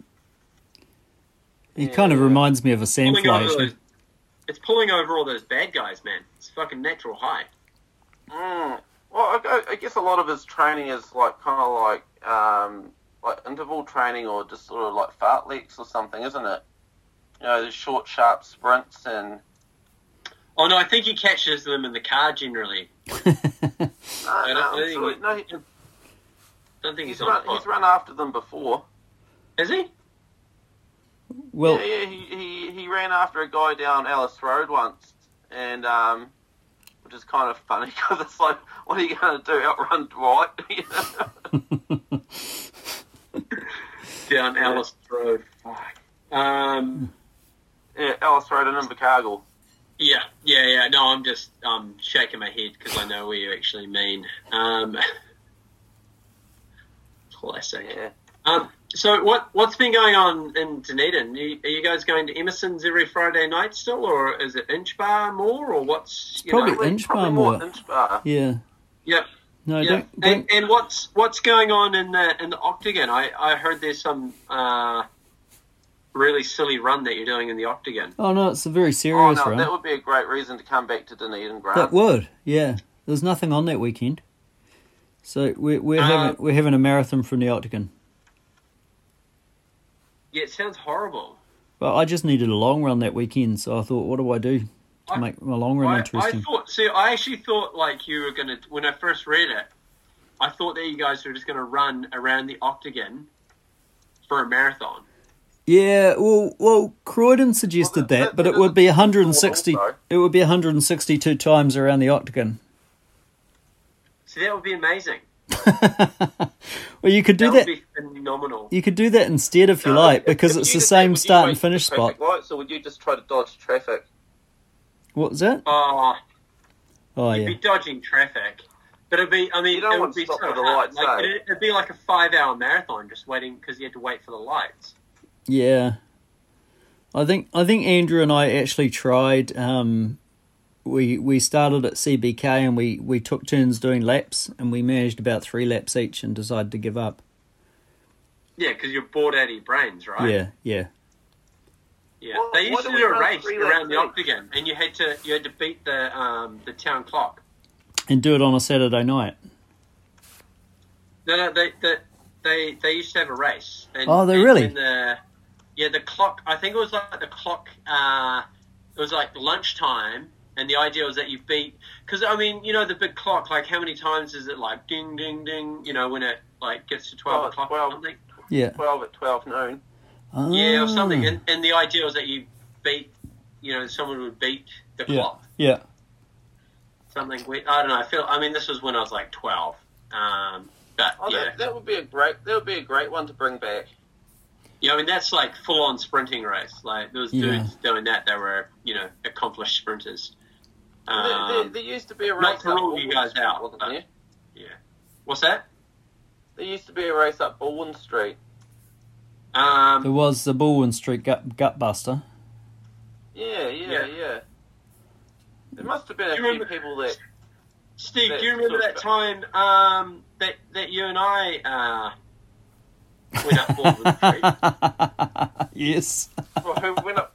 Speaker 2: He
Speaker 4: Yeah.
Speaker 2: kind of reminds me of a
Speaker 5: Pulling
Speaker 2: sandfly.
Speaker 5: over
Speaker 2: actually.
Speaker 5: those, it's pulling over all those bad guys, man. It's fucking natural high.
Speaker 4: Mm. Well, I, gu- I guess a lot of his training is like kind of like um, like interval training or just sort of like fartleks or something, isn't it? You know, the short, sharp sprints and
Speaker 5: Oh no, I think he catches them in the car generally.
Speaker 4: no,
Speaker 5: I don't
Speaker 4: no,
Speaker 5: think-
Speaker 4: absolutely- Um, no, he-
Speaker 5: don't think he's,
Speaker 4: he's
Speaker 5: on
Speaker 4: run,
Speaker 5: the
Speaker 4: he's
Speaker 5: pot.
Speaker 4: run after them before.
Speaker 5: Is he?
Speaker 2: well,
Speaker 4: yeah, yeah, he, he he ran after a guy down Alice Road once, and um, which is kind of funny because it's like, what are you going to do? Outrun Dwight? You know?
Speaker 5: Down Alice Road. Fuck. Um.
Speaker 4: yeah, Alice Road and Invercargill.
Speaker 5: Yeah. Yeah. Yeah. No, I'm just um shaking my head because I know what you actually mean. Um. Classic.
Speaker 4: Yeah.
Speaker 5: Um. So what what's been going on in Dunedin? You, are you guys going to Emerson's every Friday night still, or is it Inch Bar more, or what's you
Speaker 2: probably
Speaker 5: know?
Speaker 2: Inch
Speaker 4: Probably
Speaker 2: Bar
Speaker 4: more
Speaker 2: more.
Speaker 4: inch bar.
Speaker 2: yeah.
Speaker 5: Yep.
Speaker 2: No,
Speaker 5: yeah.
Speaker 2: don't, don't
Speaker 5: And, and what's what's going on in the in the octagon? I, I heard there's some uh, really silly run that you're doing in the octagon.
Speaker 2: Oh no, it's a very
Speaker 4: Oh
Speaker 2: serious
Speaker 4: no,
Speaker 2: run.
Speaker 4: that would be a great reason to come back to Dunedin, Grant.
Speaker 2: That would, yeah. There's nothing on that weekend, so we're we're
Speaker 5: Uh,
Speaker 2: having we're having a marathon from the Octagon.
Speaker 5: Yeah, it sounds horrible.
Speaker 2: But I just needed a long run that weekend, so I thought, what do I do to
Speaker 5: I-
Speaker 2: make my long run
Speaker 5: I, I
Speaker 2: interesting?
Speaker 5: thought see, I actually thought like you were gonna when I first read it, I thought that you guys were just gonna run around the octagon for a marathon.
Speaker 2: yeah, well, well, Croydon suggested
Speaker 4: that-
Speaker 2: that,
Speaker 4: that-
Speaker 2: but
Speaker 4: that
Speaker 2: it would be 160.
Speaker 4: also.
Speaker 2: It would be 162 times around the Octagon.
Speaker 5: So that would be amazing.
Speaker 2: Well, you could do that.
Speaker 5: that, would be phenomenal.
Speaker 2: you could do that instead if you like, because
Speaker 4: Would
Speaker 2: it's the
Speaker 4: you just say-
Speaker 2: same
Speaker 4: would you
Speaker 2: start
Speaker 4: wait
Speaker 2: and
Speaker 4: for
Speaker 2: finish
Speaker 4: traffic
Speaker 2: spot.
Speaker 4: Lights, or would you just try to dodge traffic?
Speaker 2: What was that?
Speaker 5: Oh,
Speaker 2: Oh
Speaker 5: You'd
Speaker 2: yeah,
Speaker 5: be dodging traffic. But it'd be, I mean,
Speaker 4: You don't
Speaker 5: it
Speaker 4: want
Speaker 5: would
Speaker 4: to
Speaker 5: be so
Speaker 4: stop for the
Speaker 5: hard.
Speaker 4: lights,
Speaker 5: Like,
Speaker 4: eh?
Speaker 5: it'd, it'd be like a five hour marathon just waiting because you had to wait for the lights.
Speaker 2: Yeah. I think I think Andrew and I actually tried um we we started at CBK and we we took turns doing laps and we managed about 3 laps each and decided to give up.
Speaker 5: Yeah, because you're bored out of your brains, right?
Speaker 2: Yeah, yeah.
Speaker 5: Yeah.
Speaker 4: Well,
Speaker 5: they
Speaker 4: why
Speaker 5: used to
Speaker 4: do we
Speaker 5: do a
Speaker 4: run
Speaker 5: race
Speaker 4: three
Speaker 5: around the
Speaker 4: laps
Speaker 5: octagon, and you had to you had to beat the um, the town clock.
Speaker 2: And do it on a Saturday night.
Speaker 5: No, no, they they they, they used to have a race. And,
Speaker 2: Oh, they
Speaker 5: and
Speaker 2: really?
Speaker 5: when The, yeah, the clock. I think it was like the clock. Uh, it was like lunchtime, and the idea was that you beat because I mean, you know, the big clock. Like, how many times is it like ding, ding, ding? You know, when it like gets to twelve
Speaker 4: Oh,
Speaker 5: o'clock
Speaker 4: well-
Speaker 5: or something.
Speaker 2: Yeah.
Speaker 4: Twelve at twelve noon.
Speaker 5: Yeah, or something.
Speaker 2: Ah.
Speaker 5: And, and the idea was that you beat. You know, someone would beat the
Speaker 2: Yeah.
Speaker 5: clock.
Speaker 2: Yeah.
Speaker 5: Something. We, I don't know. I feel. I mean, this was when I was like twelve. Um, but
Speaker 4: Oh,
Speaker 5: yeah,
Speaker 4: that, that would be a great. That would be a great one to bring back.
Speaker 5: Yeah, I mean that's like full on sprinting race. Like there was
Speaker 2: Yeah.
Speaker 5: dudes doing that that were, you know, accomplished sprinters.
Speaker 4: there, there,
Speaker 5: Um,
Speaker 4: there used to be a race.
Speaker 5: not to
Speaker 4: up
Speaker 5: rule you
Speaker 4: Baldwin
Speaker 5: guys
Speaker 4: Street,
Speaker 5: out,
Speaker 4: wasn't
Speaker 5: but-
Speaker 4: there?
Speaker 5: what's that?
Speaker 4: There used to be a race up Baldwin Street.
Speaker 2: There
Speaker 5: Um,
Speaker 2: was the Baldwin Street gut, gut buster.
Speaker 4: Yeah,
Speaker 5: Yeah.
Speaker 4: yeah, yeah. There must have been a
Speaker 5: You
Speaker 4: few
Speaker 5: remember-
Speaker 4: people that.
Speaker 5: Steve,
Speaker 4: that
Speaker 5: do you remember
Speaker 4: sort
Speaker 5: that
Speaker 4: of-
Speaker 5: time um, that that you and I uh, went up Baldwin Street?
Speaker 2: yes.
Speaker 4: Well, who went up?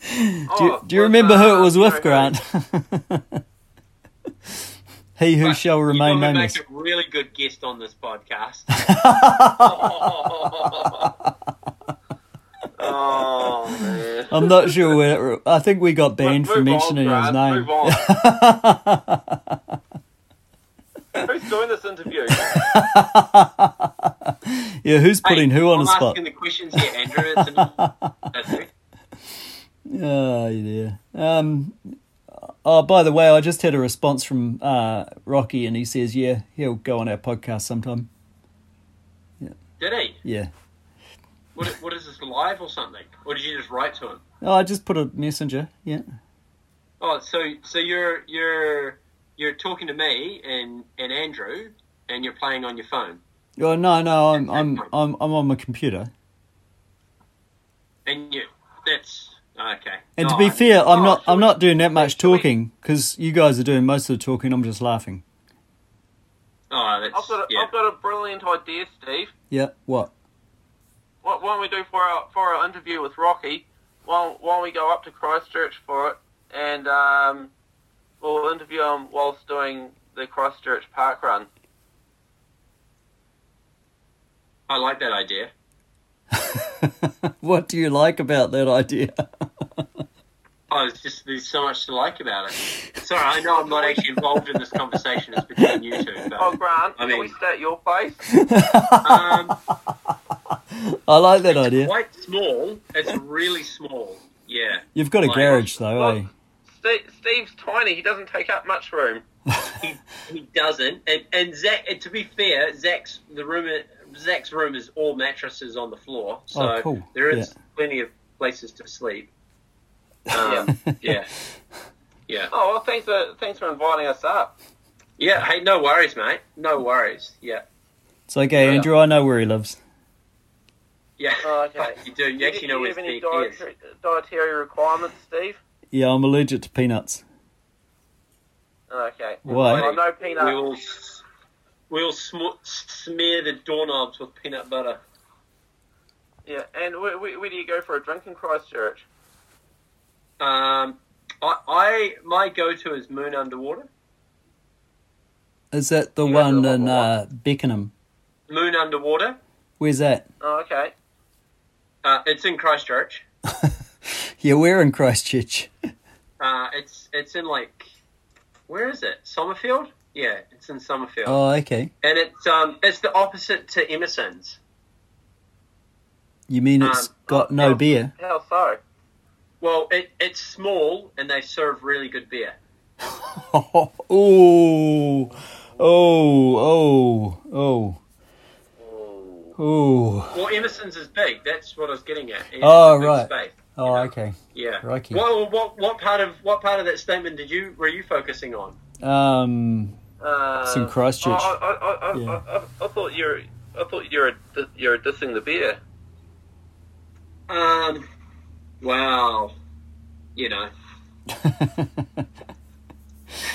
Speaker 2: Do you,
Speaker 4: Oh,
Speaker 2: do you
Speaker 4: was,
Speaker 2: remember who
Speaker 4: uh,
Speaker 2: it was with,
Speaker 4: sorry,
Speaker 2: Grant? he who
Speaker 5: But
Speaker 2: shall
Speaker 5: you
Speaker 2: remain
Speaker 5: probably
Speaker 2: nameless.
Speaker 5: make a really good guest on this podcast.
Speaker 4: Oh man.
Speaker 2: I'm not sure where. I think we got banned
Speaker 4: Move
Speaker 2: for
Speaker 4: on,
Speaker 2: mentioning his
Speaker 4: Grant,
Speaker 2: name.
Speaker 4: Move on. Who's doing this interview?
Speaker 2: Yeah, who's putting
Speaker 5: Hey,
Speaker 2: who on
Speaker 5: I'm
Speaker 2: the spot?
Speaker 5: asking the questions here, Andrew. It's an- that's it.
Speaker 2: Oh dear. Um. Oh, by the way, I just had a response from uh, Rocky, and he says, "Yeah, he'll go on our podcast sometime."
Speaker 5: Did he?
Speaker 2: Yeah.
Speaker 5: What, what is this live or something? Or did you just write to him?
Speaker 2: Oh, I just put a messenger. Yeah.
Speaker 5: Oh, so so you're you're you're talking to me and and Andrew, and you're playing on your phone.
Speaker 2: Oh no, no, I'm I'm I'm I'm on my computer.
Speaker 5: And you, that's okay. Oh,
Speaker 2: And
Speaker 5: No,
Speaker 2: to be
Speaker 5: I-
Speaker 2: fair, I'm
Speaker 5: no,
Speaker 2: not
Speaker 5: I-
Speaker 2: I'm not doing that much talking because you guys are doing most of the talking. I'm just laughing.
Speaker 5: Oh, that's
Speaker 4: I've got a,
Speaker 5: yeah.
Speaker 4: have got a brilliant idea, Steve.
Speaker 2: Yeah. What?
Speaker 4: What, why don't we do for our for our interview with Rocky? Why, don't- why don't we go up to Christchurch for it and um, we'll interview him whilst doing the Christchurch Park Run.
Speaker 5: I like that idea.
Speaker 2: What do you like about that idea?
Speaker 5: Oh, it's just there's so much to like about it. Sorry, I know I'm not actually involved in this conversation. It's between you two.
Speaker 4: Oh,
Speaker 5: But,
Speaker 4: Grant, can
Speaker 5: I
Speaker 4: we
Speaker 5: mean-
Speaker 4: stay at your place?
Speaker 5: um,
Speaker 2: I like that idea.
Speaker 5: quite small. It's really small. Yeah.
Speaker 2: You've got a
Speaker 5: Like-
Speaker 2: garage though, eh?
Speaker 4: Look, Ste Steve's tiny. He doesn't take up much room.
Speaker 5: He, he doesn't. And, and Zach, and to be fair, Zach's the room. Zach's room is all mattresses on the floor, so
Speaker 2: Oh, cool.
Speaker 5: there is
Speaker 2: Yeah.
Speaker 5: plenty of places to sleep. Um, yeah, yeah,
Speaker 4: Oh, well, thanks for thanks for inviting us up.
Speaker 5: yeah. Hey, no worries, mate. No worries. Yeah,
Speaker 2: It's okay, Andrew. I know where he lives.
Speaker 5: yeah.
Speaker 4: Oh, okay.
Speaker 5: You do. You actually know
Speaker 4: do
Speaker 5: where
Speaker 4: you have any
Speaker 5: Steve is.
Speaker 4: dietary, dietary requirements, Steve?
Speaker 2: Yeah, I'm allergic to peanuts.
Speaker 4: Okay.
Speaker 2: Why?
Speaker 4: Well, no peanut.
Speaker 5: We will, s- we will sm- smear the doorknobs with peanut butter.
Speaker 4: Yeah. And where, where, where do you go for a drink in Christchurch?
Speaker 5: Um, I, I my go-to is Moon Underwater.
Speaker 2: Is that the
Speaker 4: You have
Speaker 2: one
Speaker 4: the
Speaker 2: in
Speaker 4: one.
Speaker 2: uh, Beckenham?
Speaker 5: Moon Underwater.
Speaker 2: Where's that?
Speaker 4: Oh, okay.
Speaker 5: Uh, it's in Christchurch.
Speaker 2: Yeah, we're in Christchurch.
Speaker 5: Uh, it's it's in like where is it? Summerfield? Yeah, it's in Summerfield,
Speaker 2: Oh, okay.
Speaker 5: and it's um it's the opposite to Emerson's.
Speaker 2: You mean it's
Speaker 5: Um,
Speaker 2: got no
Speaker 4: how-
Speaker 2: beer?
Speaker 5: Oh,
Speaker 4: How so?
Speaker 5: Well, it, it's small and they serve really good beer.
Speaker 2: Oh, oh, oh, oh, oh.
Speaker 5: Well, Emerson's is big. That's what I was getting at. It's
Speaker 2: Oh,
Speaker 5: a big
Speaker 2: right.
Speaker 5: Space.
Speaker 2: Oh, okay.
Speaker 5: Yeah.
Speaker 2: Crikey.
Speaker 5: What, what what part of what part of that statement did you were you focusing on?
Speaker 2: Um,
Speaker 4: Uh,
Speaker 2: It's in Christchurch.
Speaker 4: Oh, I, I, I,
Speaker 2: Yeah.
Speaker 4: I, I, I thought you're. I thought you were di- you were dissing the beer.
Speaker 5: Um, wow. You know.
Speaker 4: No,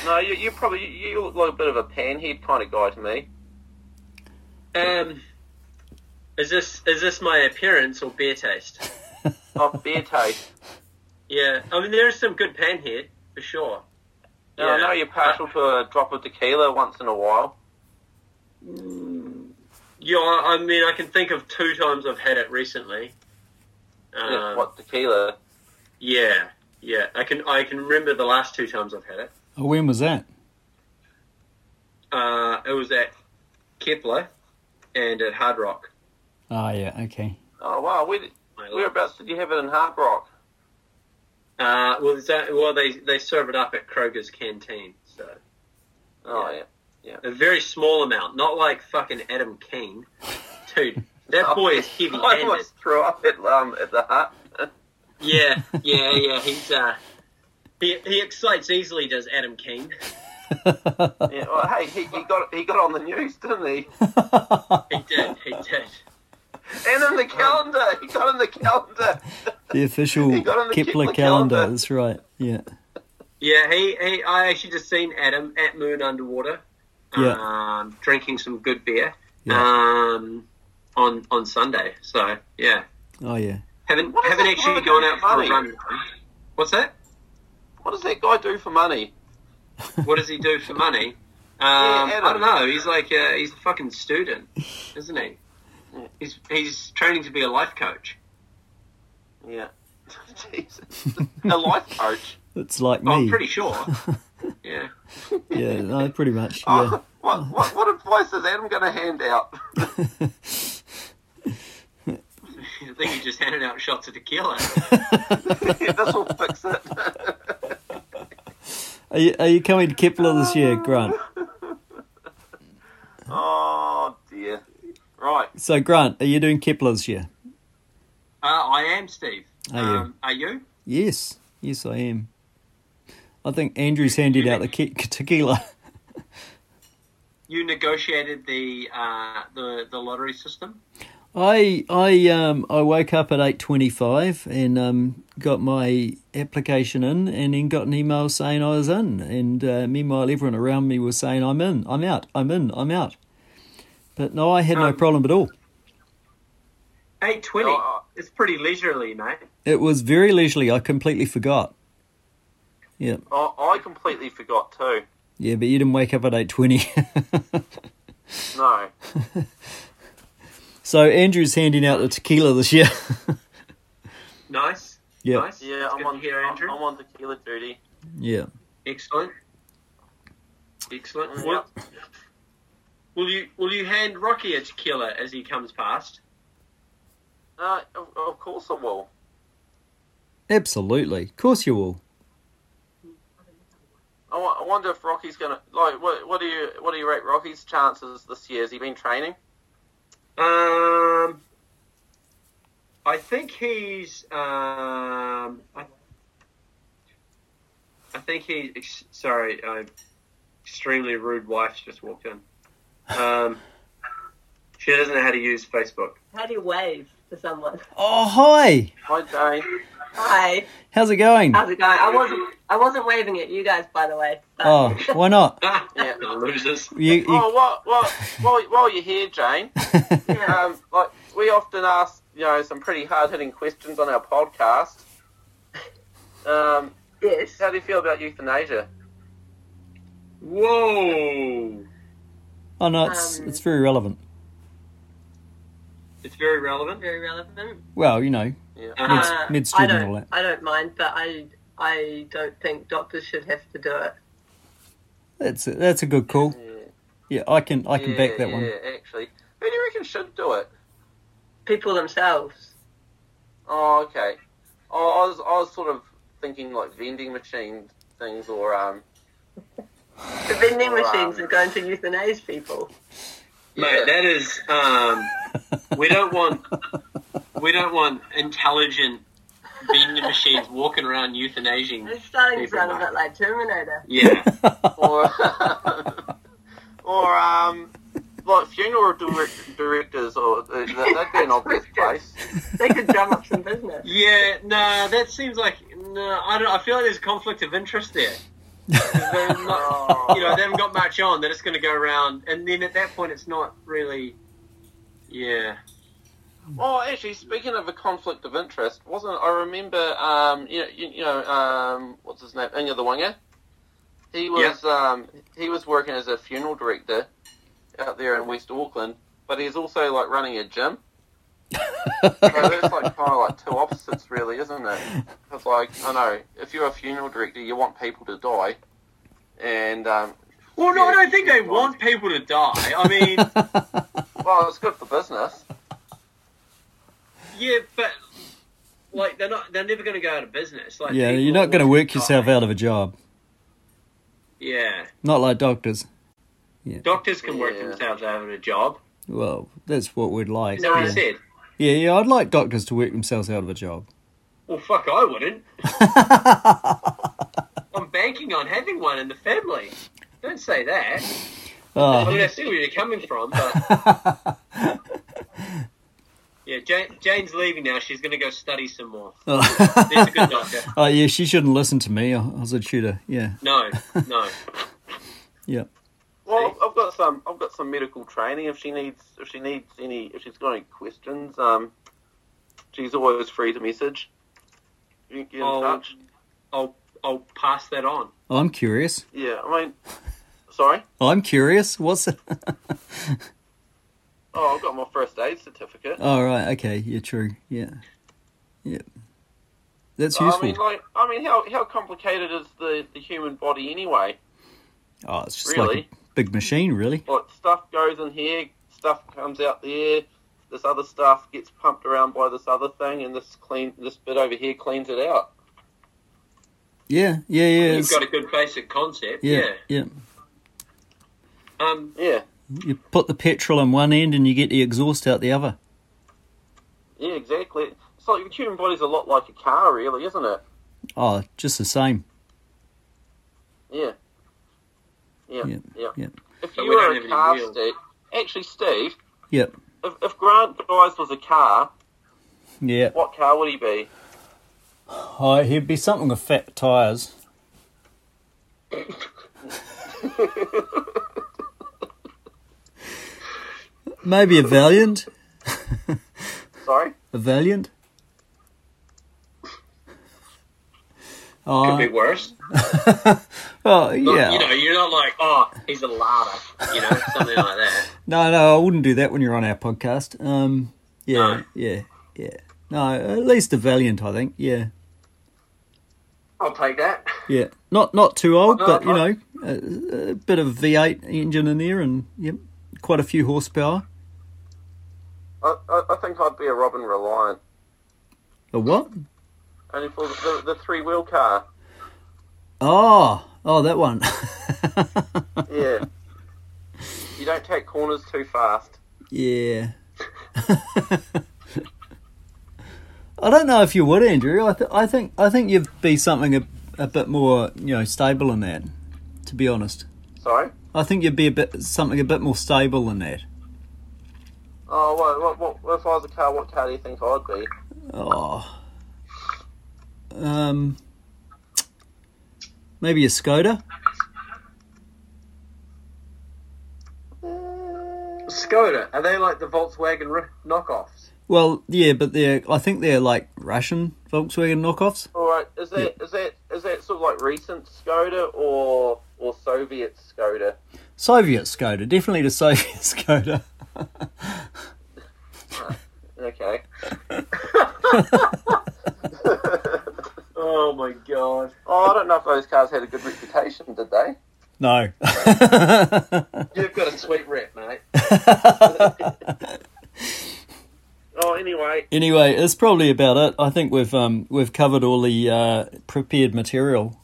Speaker 4: Uh, you, you probably you, you look like a bit of a panhead kind of guy to me.
Speaker 5: Um, is this is this my appearance or beer taste?
Speaker 4: Oh, beer taste.
Speaker 5: Yeah, I mean there is some good pan here for sure.
Speaker 4: No, I know you're partial to a drop of tequila once in a while.
Speaker 5: Mm. Yeah, I I mean I can think of two times I've had it recently.
Speaker 4: Yeah,
Speaker 5: Um, yeah,
Speaker 4: what tequila?
Speaker 5: yeah, I can I can remember the last two times I've had it.
Speaker 2: oh, when was that?
Speaker 5: Uh, it was at Kepler and at Hard Rock.
Speaker 2: Oh, yeah, okay.
Speaker 4: Oh wow, where,
Speaker 5: My
Speaker 4: whereabouts did you have it in Hard Rock?
Speaker 5: Uh, well, is that, well they they serve it up at Kroger's canteen, so
Speaker 4: Oh
Speaker 5: Yeah.
Speaker 4: yeah.
Speaker 5: a very small amount, not like fucking Adam King, dude. That boy is heavy
Speaker 4: I
Speaker 5: handed.
Speaker 4: almost threw up at um at the hut.
Speaker 5: Yeah, yeah, yeah. He's uh, he he excites easily. Does Adam King?
Speaker 4: yeah, well, hey, he, he got he got on the news, didn't he?
Speaker 5: He did. He did.
Speaker 4: And
Speaker 5: Um,
Speaker 4: in the calendar, he got in the calendar.
Speaker 2: The official
Speaker 4: got on the
Speaker 2: Kepler
Speaker 4: Kepler
Speaker 2: calendar.
Speaker 4: calendar.
Speaker 2: That's right. Yeah.
Speaker 5: Yeah, he, he I actually just seen Adam at Moon Underwater,
Speaker 2: Yeah.
Speaker 5: um, drinking some good beer,
Speaker 2: Yeah.
Speaker 5: um, on on Sunday. So yeah,
Speaker 2: Oh, yeah.
Speaker 5: haven't
Speaker 4: What is
Speaker 5: haven't
Speaker 4: that
Speaker 5: actually
Speaker 4: guy
Speaker 5: gone
Speaker 4: doing
Speaker 5: out for a
Speaker 4: for money?
Speaker 5: run. What's that?
Speaker 4: What does that guy do for money?
Speaker 5: What does he do for money? Um,
Speaker 4: Adam.
Speaker 5: I don't know. He's like uh, he's a fucking student, isn't he? He's he's training to be a life coach.
Speaker 4: Yeah. Jesus. A life coach.
Speaker 2: It's like
Speaker 5: Well,
Speaker 4: Oh,
Speaker 2: me.
Speaker 5: I'm pretty sure. yeah.
Speaker 2: Yeah, no, pretty much. Yeah.
Speaker 4: Oh, what, what, what advice is Adam going to hand out?
Speaker 5: I think he just handed out shots of tequila.
Speaker 4: this will fix it.
Speaker 2: Are you, are you coming to Kepler this year,
Speaker 4: Uh.
Speaker 2: Grant?
Speaker 4: Oh, dear. Right.
Speaker 2: So, Grant, are you doing Kepler this year?
Speaker 5: Uh, I am Steve.
Speaker 2: Are you?
Speaker 5: Um, are you?
Speaker 2: Yes. Yes, I am. I think Andrew's handed out the ke- tequila.
Speaker 5: You negotiated the uh, the the lottery system.
Speaker 2: I I um I woke up at eight twenty five and um got my application in and then got an email saying I was in and uh, meanwhile everyone around me was saying I'm in I'm out I'm in I'm out, but no I had no
Speaker 5: Um,
Speaker 2: problem at all.
Speaker 5: Eight twenty.
Speaker 4: Oh.
Speaker 5: It's pretty leisurely, mate.
Speaker 2: It was very leisurely. I completely forgot. Yeah,
Speaker 5: Oh.
Speaker 4: I, I completely forgot too.
Speaker 2: yeah, but you didn't wake up at eight twenty.
Speaker 4: No.
Speaker 2: so Andrew's handing out the tequila this year.
Speaker 5: Nice.
Speaker 2: yeah,
Speaker 5: Nice.
Speaker 4: Yeah,
Speaker 5: It's
Speaker 4: I'm
Speaker 5: good
Speaker 4: on
Speaker 5: to hear,
Speaker 4: I'm,
Speaker 5: Andrew.
Speaker 4: I'm on tequila duty.
Speaker 2: yeah.
Speaker 5: Excellent. Excellent.
Speaker 4: Mm, Yeah.
Speaker 5: Will, will you will you hand Rocky a tequila as he comes past?
Speaker 4: Uh, of, of course I will.
Speaker 2: Absolutely. Of course you will.
Speaker 4: I, wo- I wonder if Rocky's gonna like. What, what do you what do you rate Rocky's chances this year? Has he been training?
Speaker 5: Um, I think he's. Um, I, I think he. ex- Sorry, uh, extremely rude wife just walked in. Um, she doesn't know how to use Facebook.
Speaker 6: How do you wave to someone?
Speaker 2: Oh hi.
Speaker 4: Hi Dane.
Speaker 6: Hi,
Speaker 2: How's it going?
Speaker 6: how's it going? I wasn't, I wasn't waving at you guys, by the way. So.
Speaker 2: Oh, why not?
Speaker 4: Yeah.
Speaker 5: Losers.
Speaker 2: You, you
Speaker 4: Oh, what, what, while, while you're here, Jane,
Speaker 6: Yeah.
Speaker 4: um, like we often ask, you know, some pretty hard-hitting questions on our podcast. Um,
Speaker 6: yes.
Speaker 4: how do you feel about euthanasia?
Speaker 5: Whoa!
Speaker 2: Oh no, it's
Speaker 6: Um,
Speaker 2: it's very relevant.
Speaker 5: It's very relevant.
Speaker 6: Very relevant.
Speaker 2: Well, you know,
Speaker 5: Uh,
Speaker 2: mid,
Speaker 6: Uh, I
Speaker 2: midstream and all
Speaker 6: don't,
Speaker 2: that.
Speaker 6: I don't mind, but I, I don't think doctors should have to do it.
Speaker 2: That's a, that's a good call. Yeah, I can I can
Speaker 4: yeah,
Speaker 2: back that
Speaker 4: yeah,
Speaker 2: one.
Speaker 4: actually. Who do you reckon should do it?
Speaker 6: People themselves.
Speaker 4: Oh, okay. Oh, I was, I was sort of thinking like vending machine things or um.
Speaker 6: The vending
Speaker 4: Wow.
Speaker 6: machines are going to euthanize people.
Speaker 5: Mate, that is. Um, we don't want. We don't want intelligent vending machines walking around euthanizing.
Speaker 6: It's starting to
Speaker 5: People
Speaker 6: sound a
Speaker 5: might.
Speaker 6: bit like Terminator.
Speaker 5: Yeah.
Speaker 4: or or um, like funeral direct- directors, or uh, that, that'd be an obvious place.
Speaker 6: They could drum up some business.
Speaker 5: Yeah. No, that seems like. No, I don't. I feel like there's a conflict of interest there. They're not, you know, they haven't got much on. They're just going to go around, and then at that point, it's not really. Yeah.
Speaker 4: Oh, actually, speaking of a conflict of interest, wasn't I remember? Um, you know, you, you know, um, what's his name? Inga the Winger. He was um, he was working as a funeral director out there in West Auckland, but he's also like running a gym. so that's like kind of like two opposites, really, isn't it? Because like I know if you're a funeral director, you want people to die, and um,
Speaker 5: Well, no, I don't think they
Speaker 4: Yeah.
Speaker 5: want people to die. I mean.
Speaker 4: well, it's good for business.
Speaker 5: Yeah, but like they're not they're never going to go out of business. Like
Speaker 2: yeah,
Speaker 5: people
Speaker 2: you're
Speaker 5: are
Speaker 2: not going to
Speaker 5: always
Speaker 2: work
Speaker 5: gonna
Speaker 2: yourself
Speaker 5: die.
Speaker 2: out of a job.
Speaker 5: Yeah,
Speaker 2: Not like doctors.
Speaker 5: doctors can work
Speaker 4: Yeah.
Speaker 5: themselves out of a job.
Speaker 2: Well, that's what we'd like.
Speaker 5: Is that what
Speaker 2: yeah.
Speaker 5: he said?
Speaker 2: yeah, yeah, I'd like doctors to work themselves out of a job.
Speaker 5: Well, fuck, I wouldn't. I'm banking on having one in the family. Don't say that. I mean,
Speaker 2: Oh,
Speaker 5: I see where you're coming from, but yeah, Jane, Jane's leaving now. She's going to go study some more.
Speaker 2: oh.
Speaker 5: She's a good doctor.
Speaker 2: Oh, yeah, she shouldn't listen to me. I I was a tutor. Yeah,
Speaker 5: No, no.
Speaker 2: yeah.
Speaker 4: Well, I've got some. I've got some medical training. If she needs, if she needs any, if she's got any questions, um, she's always free to message. You can get in
Speaker 5: Oh.
Speaker 4: touch.
Speaker 5: I'll I'll pass that on.
Speaker 2: Oh, I'm curious. Oh,
Speaker 4: Yeah, I mean, sorry.
Speaker 2: I'm curious. What's it?
Speaker 4: Oh, I've got my first aid certificate.
Speaker 2: All Oh, right. Okay. Yeah. True. Yeah. Yeah. That's
Speaker 4: I
Speaker 2: useful.
Speaker 4: mean, like, I mean, how how complicated is the the human body anyway?
Speaker 2: oh, it's just like
Speaker 4: Really?
Speaker 2: a big machine, really.
Speaker 4: Like, stuff goes in here, stuff comes out there. This other stuff gets pumped around by this other thing, and this clean this bit over here cleans it out.
Speaker 2: Yeah. Yeah. Yeah.
Speaker 5: You've
Speaker 2: it's-
Speaker 5: got a good basic concept.
Speaker 2: yeah, yeah.
Speaker 5: yeah. Um,
Speaker 4: Yeah,
Speaker 2: You put the petrol on one end and you get the exhaust out the other.
Speaker 4: yeah, exactly. It's like the human body's a lot like a car, really, isn't it?
Speaker 2: Oh, just the same.
Speaker 4: Yeah. Yeah.
Speaker 2: Yeah,
Speaker 4: Yeah.
Speaker 2: yeah.
Speaker 4: If
Speaker 5: But
Speaker 4: you
Speaker 5: we
Speaker 4: were
Speaker 5: don't have
Speaker 4: a
Speaker 5: any
Speaker 4: car,
Speaker 5: wheels.
Speaker 4: Steve, actually, Steve,
Speaker 2: Yep.
Speaker 4: if, if Grant Guys was a car,
Speaker 2: Yeah.
Speaker 4: what car would he be?
Speaker 2: Oh, he'd be something with fat tyres. Maybe a Valiant.
Speaker 4: Sorry,
Speaker 2: A Valiant. Oh,
Speaker 5: Could be worse.
Speaker 2: oh,
Speaker 5: Look,
Speaker 2: yeah.
Speaker 5: You know, you're not like, oh, he's a larder. You know, something like that.
Speaker 2: No, no, I wouldn't do that when you're on our podcast. Um, yeah,
Speaker 5: No.
Speaker 2: yeah, yeah. No, at least a Valiant, I think. Yeah,
Speaker 4: I'll take that.
Speaker 2: yeah. Not not too old,
Speaker 4: no,
Speaker 2: but you
Speaker 4: no.
Speaker 2: know, a, a bit of V8 engine in there, and yep, quite a few horsepower.
Speaker 4: I, I, I think I'd be a Robin Reliant,
Speaker 2: A what?
Speaker 4: only for the, the, the three wheel car.
Speaker 2: Oh, oh, that one.
Speaker 4: Yeah, you don't take corners too fast.
Speaker 2: yeah. I don't know if you would, Andrew. I, th- I think I think you'd be something a, a bit more, you know, stable than that. To be honest,
Speaker 4: Sorry.
Speaker 2: I think you'd be a bit something a bit more stable than that.
Speaker 4: Oh, what, what, what, if I was a car, what car do you think I'd be?
Speaker 2: Oh. Um. Maybe a Skoda.
Speaker 5: Skoda, are they like the Volkswagen r- knockoffs?
Speaker 2: Well, yeah, but they're I think they're like Russian Volkswagen knockoffs.
Speaker 4: All right, is that is that is that sort of like recent Skoda or or Soviet Skoda?
Speaker 2: Soviet Skoda, definitely the Soviet Skoda.
Speaker 4: Okay.
Speaker 5: Oh my god.
Speaker 4: Oh, I don't know if those cars had a good reputation, did they?
Speaker 2: No.
Speaker 5: You've got a sweet rep, mate.
Speaker 4: Oh, anyway,
Speaker 2: anyway, that's probably about it. I think we've um we've covered all the uh, prepared material.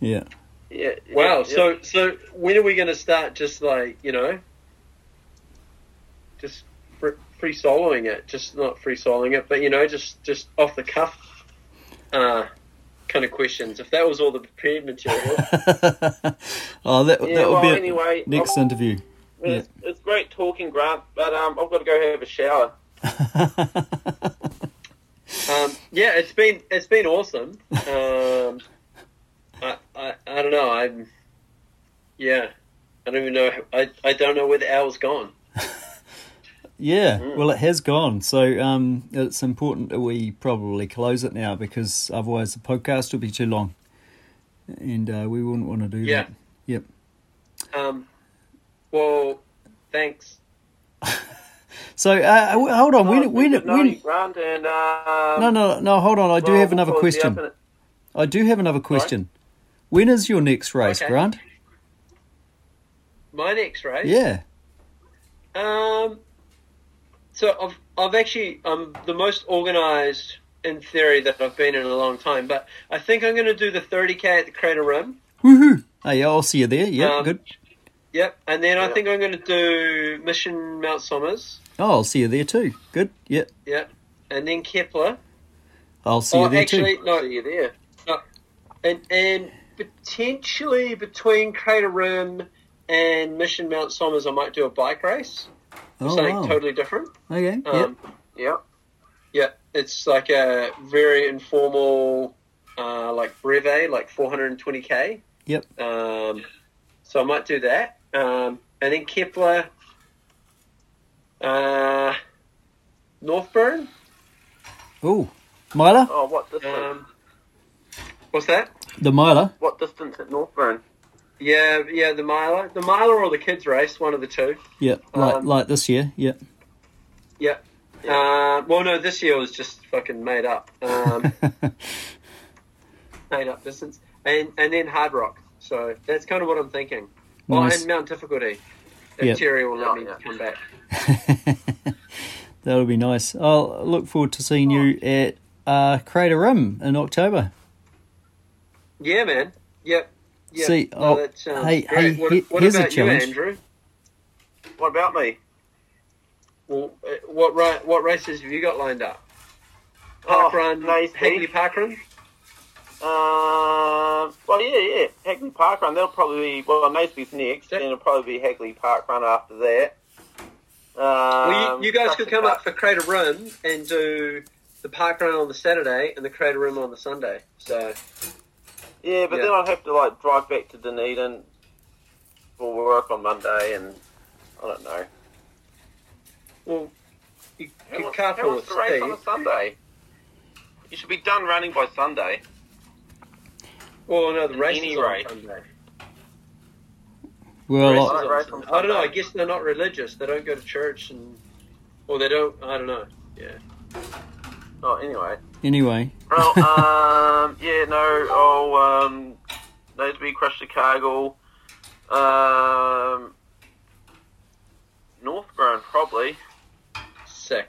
Speaker 2: Yeah.
Speaker 4: yeah.
Speaker 5: Wow.
Speaker 4: yeah,
Speaker 5: so,
Speaker 4: yeah.
Speaker 5: so when are we going to start? Just like you know, just fr- free soloing it. Just not free soloing it, but you know, just just off the cuff, uh, kind of questions. If that was all the prepared material,
Speaker 2: oh, that
Speaker 4: Yeah,
Speaker 2: that would
Speaker 4: well,
Speaker 2: be it.
Speaker 4: anyway,
Speaker 2: next
Speaker 4: I'll-
Speaker 2: interview.
Speaker 4: it's, it's great talking, Grant, but um, I've got to go have a shower.
Speaker 5: um, yeah, it's been it's been awesome. Um, I, I I don't know. I'm yeah. I don't even know. I, I don't know where the owl's gone.
Speaker 2: Yeah,
Speaker 5: Mm.
Speaker 2: well, it has gone. So um, it's important that we probably close it now because otherwise the podcast will be too long. And uh, we wouldn't want to do
Speaker 5: Yeah.
Speaker 2: that. Yep.
Speaker 5: Um, well, thanks.
Speaker 2: So uh, w- hold on.
Speaker 4: Oh,
Speaker 2: When,
Speaker 4: it's
Speaker 2: when,
Speaker 4: been good knowing you,
Speaker 2: when,
Speaker 4: Grant, and um,
Speaker 2: no, no, no, hold on. I do
Speaker 4: well,
Speaker 2: have another
Speaker 4: we'll close the
Speaker 2: question.
Speaker 4: open-
Speaker 2: I do have another question. When is your next race,
Speaker 5: Okay.
Speaker 2: Grant?
Speaker 5: My next race.
Speaker 2: Yeah.
Speaker 5: Um, so I've I've actually I'm the most organised in theory that I've been in a long time, but I think I'm going to do the 30k at the Crater Rim.
Speaker 2: Woohoo. Hey, I'll see you there. Yeah,
Speaker 5: Um,
Speaker 2: good.
Speaker 5: Yep, and then I
Speaker 4: Yeah.
Speaker 5: think I'm going to do Mission Mount Somers.
Speaker 2: Oh, I'll see you there too. Good. Yep.
Speaker 5: Yep, and then Kepler.
Speaker 2: I'll see you
Speaker 5: or
Speaker 2: there
Speaker 5: Oh, actually,
Speaker 2: too.
Speaker 5: no,
Speaker 4: See you there.
Speaker 5: and and potentially between Crater Rim and Mission Mount Somers, I might do a bike race,
Speaker 2: Oh,
Speaker 5: something
Speaker 2: wow.
Speaker 5: totally different.
Speaker 2: Okay.
Speaker 5: Um,
Speaker 2: yep.
Speaker 4: Yeah.
Speaker 5: Yeah, it's like a very informal, uh, like brevet, like 420k.
Speaker 2: Yep.
Speaker 5: Um, so I might do that. Um, and then Kepler, uh, Northburn.
Speaker 2: Oh, Myla?
Speaker 4: Oh, what distance?
Speaker 5: Um, what's that?
Speaker 2: The Myla?
Speaker 4: what distance at Northburn?
Speaker 5: Yeah, yeah, the miler, the miler, or the kids race, one of the two.
Speaker 2: Yep. Like,
Speaker 5: Um,
Speaker 2: like this year. Yep.
Speaker 5: Yeah. Uh, well, no, this year was just fucking made up, um, made up distance, and and then hard rock. So that's kind of what I'm thinking. Well,
Speaker 2: Nice.
Speaker 5: and Mount Difficulty. If
Speaker 2: Yeah.
Speaker 5: Terry will let
Speaker 4: Oh,
Speaker 5: me
Speaker 4: yeah.
Speaker 5: come back.
Speaker 2: That'll be nice. I'll look forward to seeing
Speaker 5: Oh.
Speaker 2: you at uh, Crater Rim in October.
Speaker 5: Yeah, man. Yep. Yep.
Speaker 2: See,
Speaker 5: No,
Speaker 2: oh,
Speaker 5: that's, um,
Speaker 2: hey,
Speaker 5: great.
Speaker 2: hey,
Speaker 5: what,
Speaker 2: he-
Speaker 5: what
Speaker 2: here's a
Speaker 5: about
Speaker 2: challenge.
Speaker 5: you, Andrew?
Speaker 4: What about me?
Speaker 5: Well, uh, what ri- what races have you got lined up? Park run,
Speaker 4: nice
Speaker 5: Hackney
Speaker 4: heat.
Speaker 5: Park run.
Speaker 4: Um, well, yeah, yeah. Hagley Park Run. That'll probably be well. Naisby's next,
Speaker 5: Yeah.
Speaker 4: and it'll probably be Hagley Park Run after that. Um,
Speaker 5: well, you, you guys
Speaker 4: stuff
Speaker 5: could
Speaker 4: like
Speaker 5: come
Speaker 4: that.
Speaker 5: up for Crater Run and do the park run on the Saturday and the Crater Room on the Sunday. So
Speaker 4: Yeah, but
Speaker 5: Yeah.
Speaker 4: then I'd have to like drive back to Dunedin for work on Monday, and I don't know.
Speaker 5: well, you
Speaker 4: Who
Speaker 5: could
Speaker 4: wants- who
Speaker 5: carpool
Speaker 4: wants
Speaker 5: with
Speaker 4: to race on
Speaker 5: Steve.
Speaker 4: a Sunday? You should be done running by Sunday.
Speaker 5: Well, no, the
Speaker 4: At
Speaker 5: race
Speaker 4: any
Speaker 5: is on
Speaker 4: rate.
Speaker 5: Sunday.
Speaker 2: Well,
Speaker 5: Races
Speaker 2: I-
Speaker 4: Don't
Speaker 5: on
Speaker 4: race
Speaker 5: Sunday.
Speaker 4: on
Speaker 5: I don't know. I
Speaker 4: Sunday.
Speaker 5: guess they're not religious. They don't go to church, and or they don't. I don't know.
Speaker 4: Oh, anyway.
Speaker 2: anyway,
Speaker 4: Well, um, yeah, no, I'll um, need to be crushed to Cargill. Um, Northburn, probably.
Speaker 5: Sick.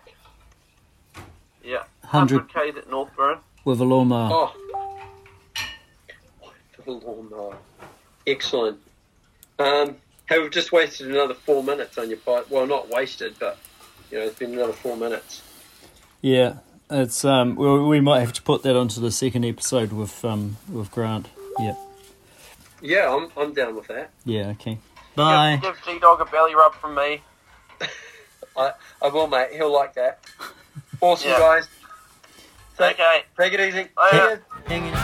Speaker 4: Yeah,
Speaker 2: 100
Speaker 4: 100 k's at Northburn.
Speaker 2: with a lawnmower.
Speaker 5: Oh, the lawnmower. Excellent. Um, hey, we've just wasted another four minutes on your part. Well, not wasted, but you know, it's been another four minutes.
Speaker 2: Yeah, it's um. We, we might have to put that onto the second episode with um with Grant. Yeah,
Speaker 5: Yeah, I'm, I'm down with that.
Speaker 2: yeah. Okay. Bye.
Speaker 4: Give, give G Dog a belly rub from me.
Speaker 5: I will, mate. He'll like that. Awesome,
Speaker 4: Yeah.
Speaker 5: guys. Take,
Speaker 4: Okay.
Speaker 5: take it easy.
Speaker 4: Later.
Speaker 5: Cheers.
Speaker 2: Hanging out.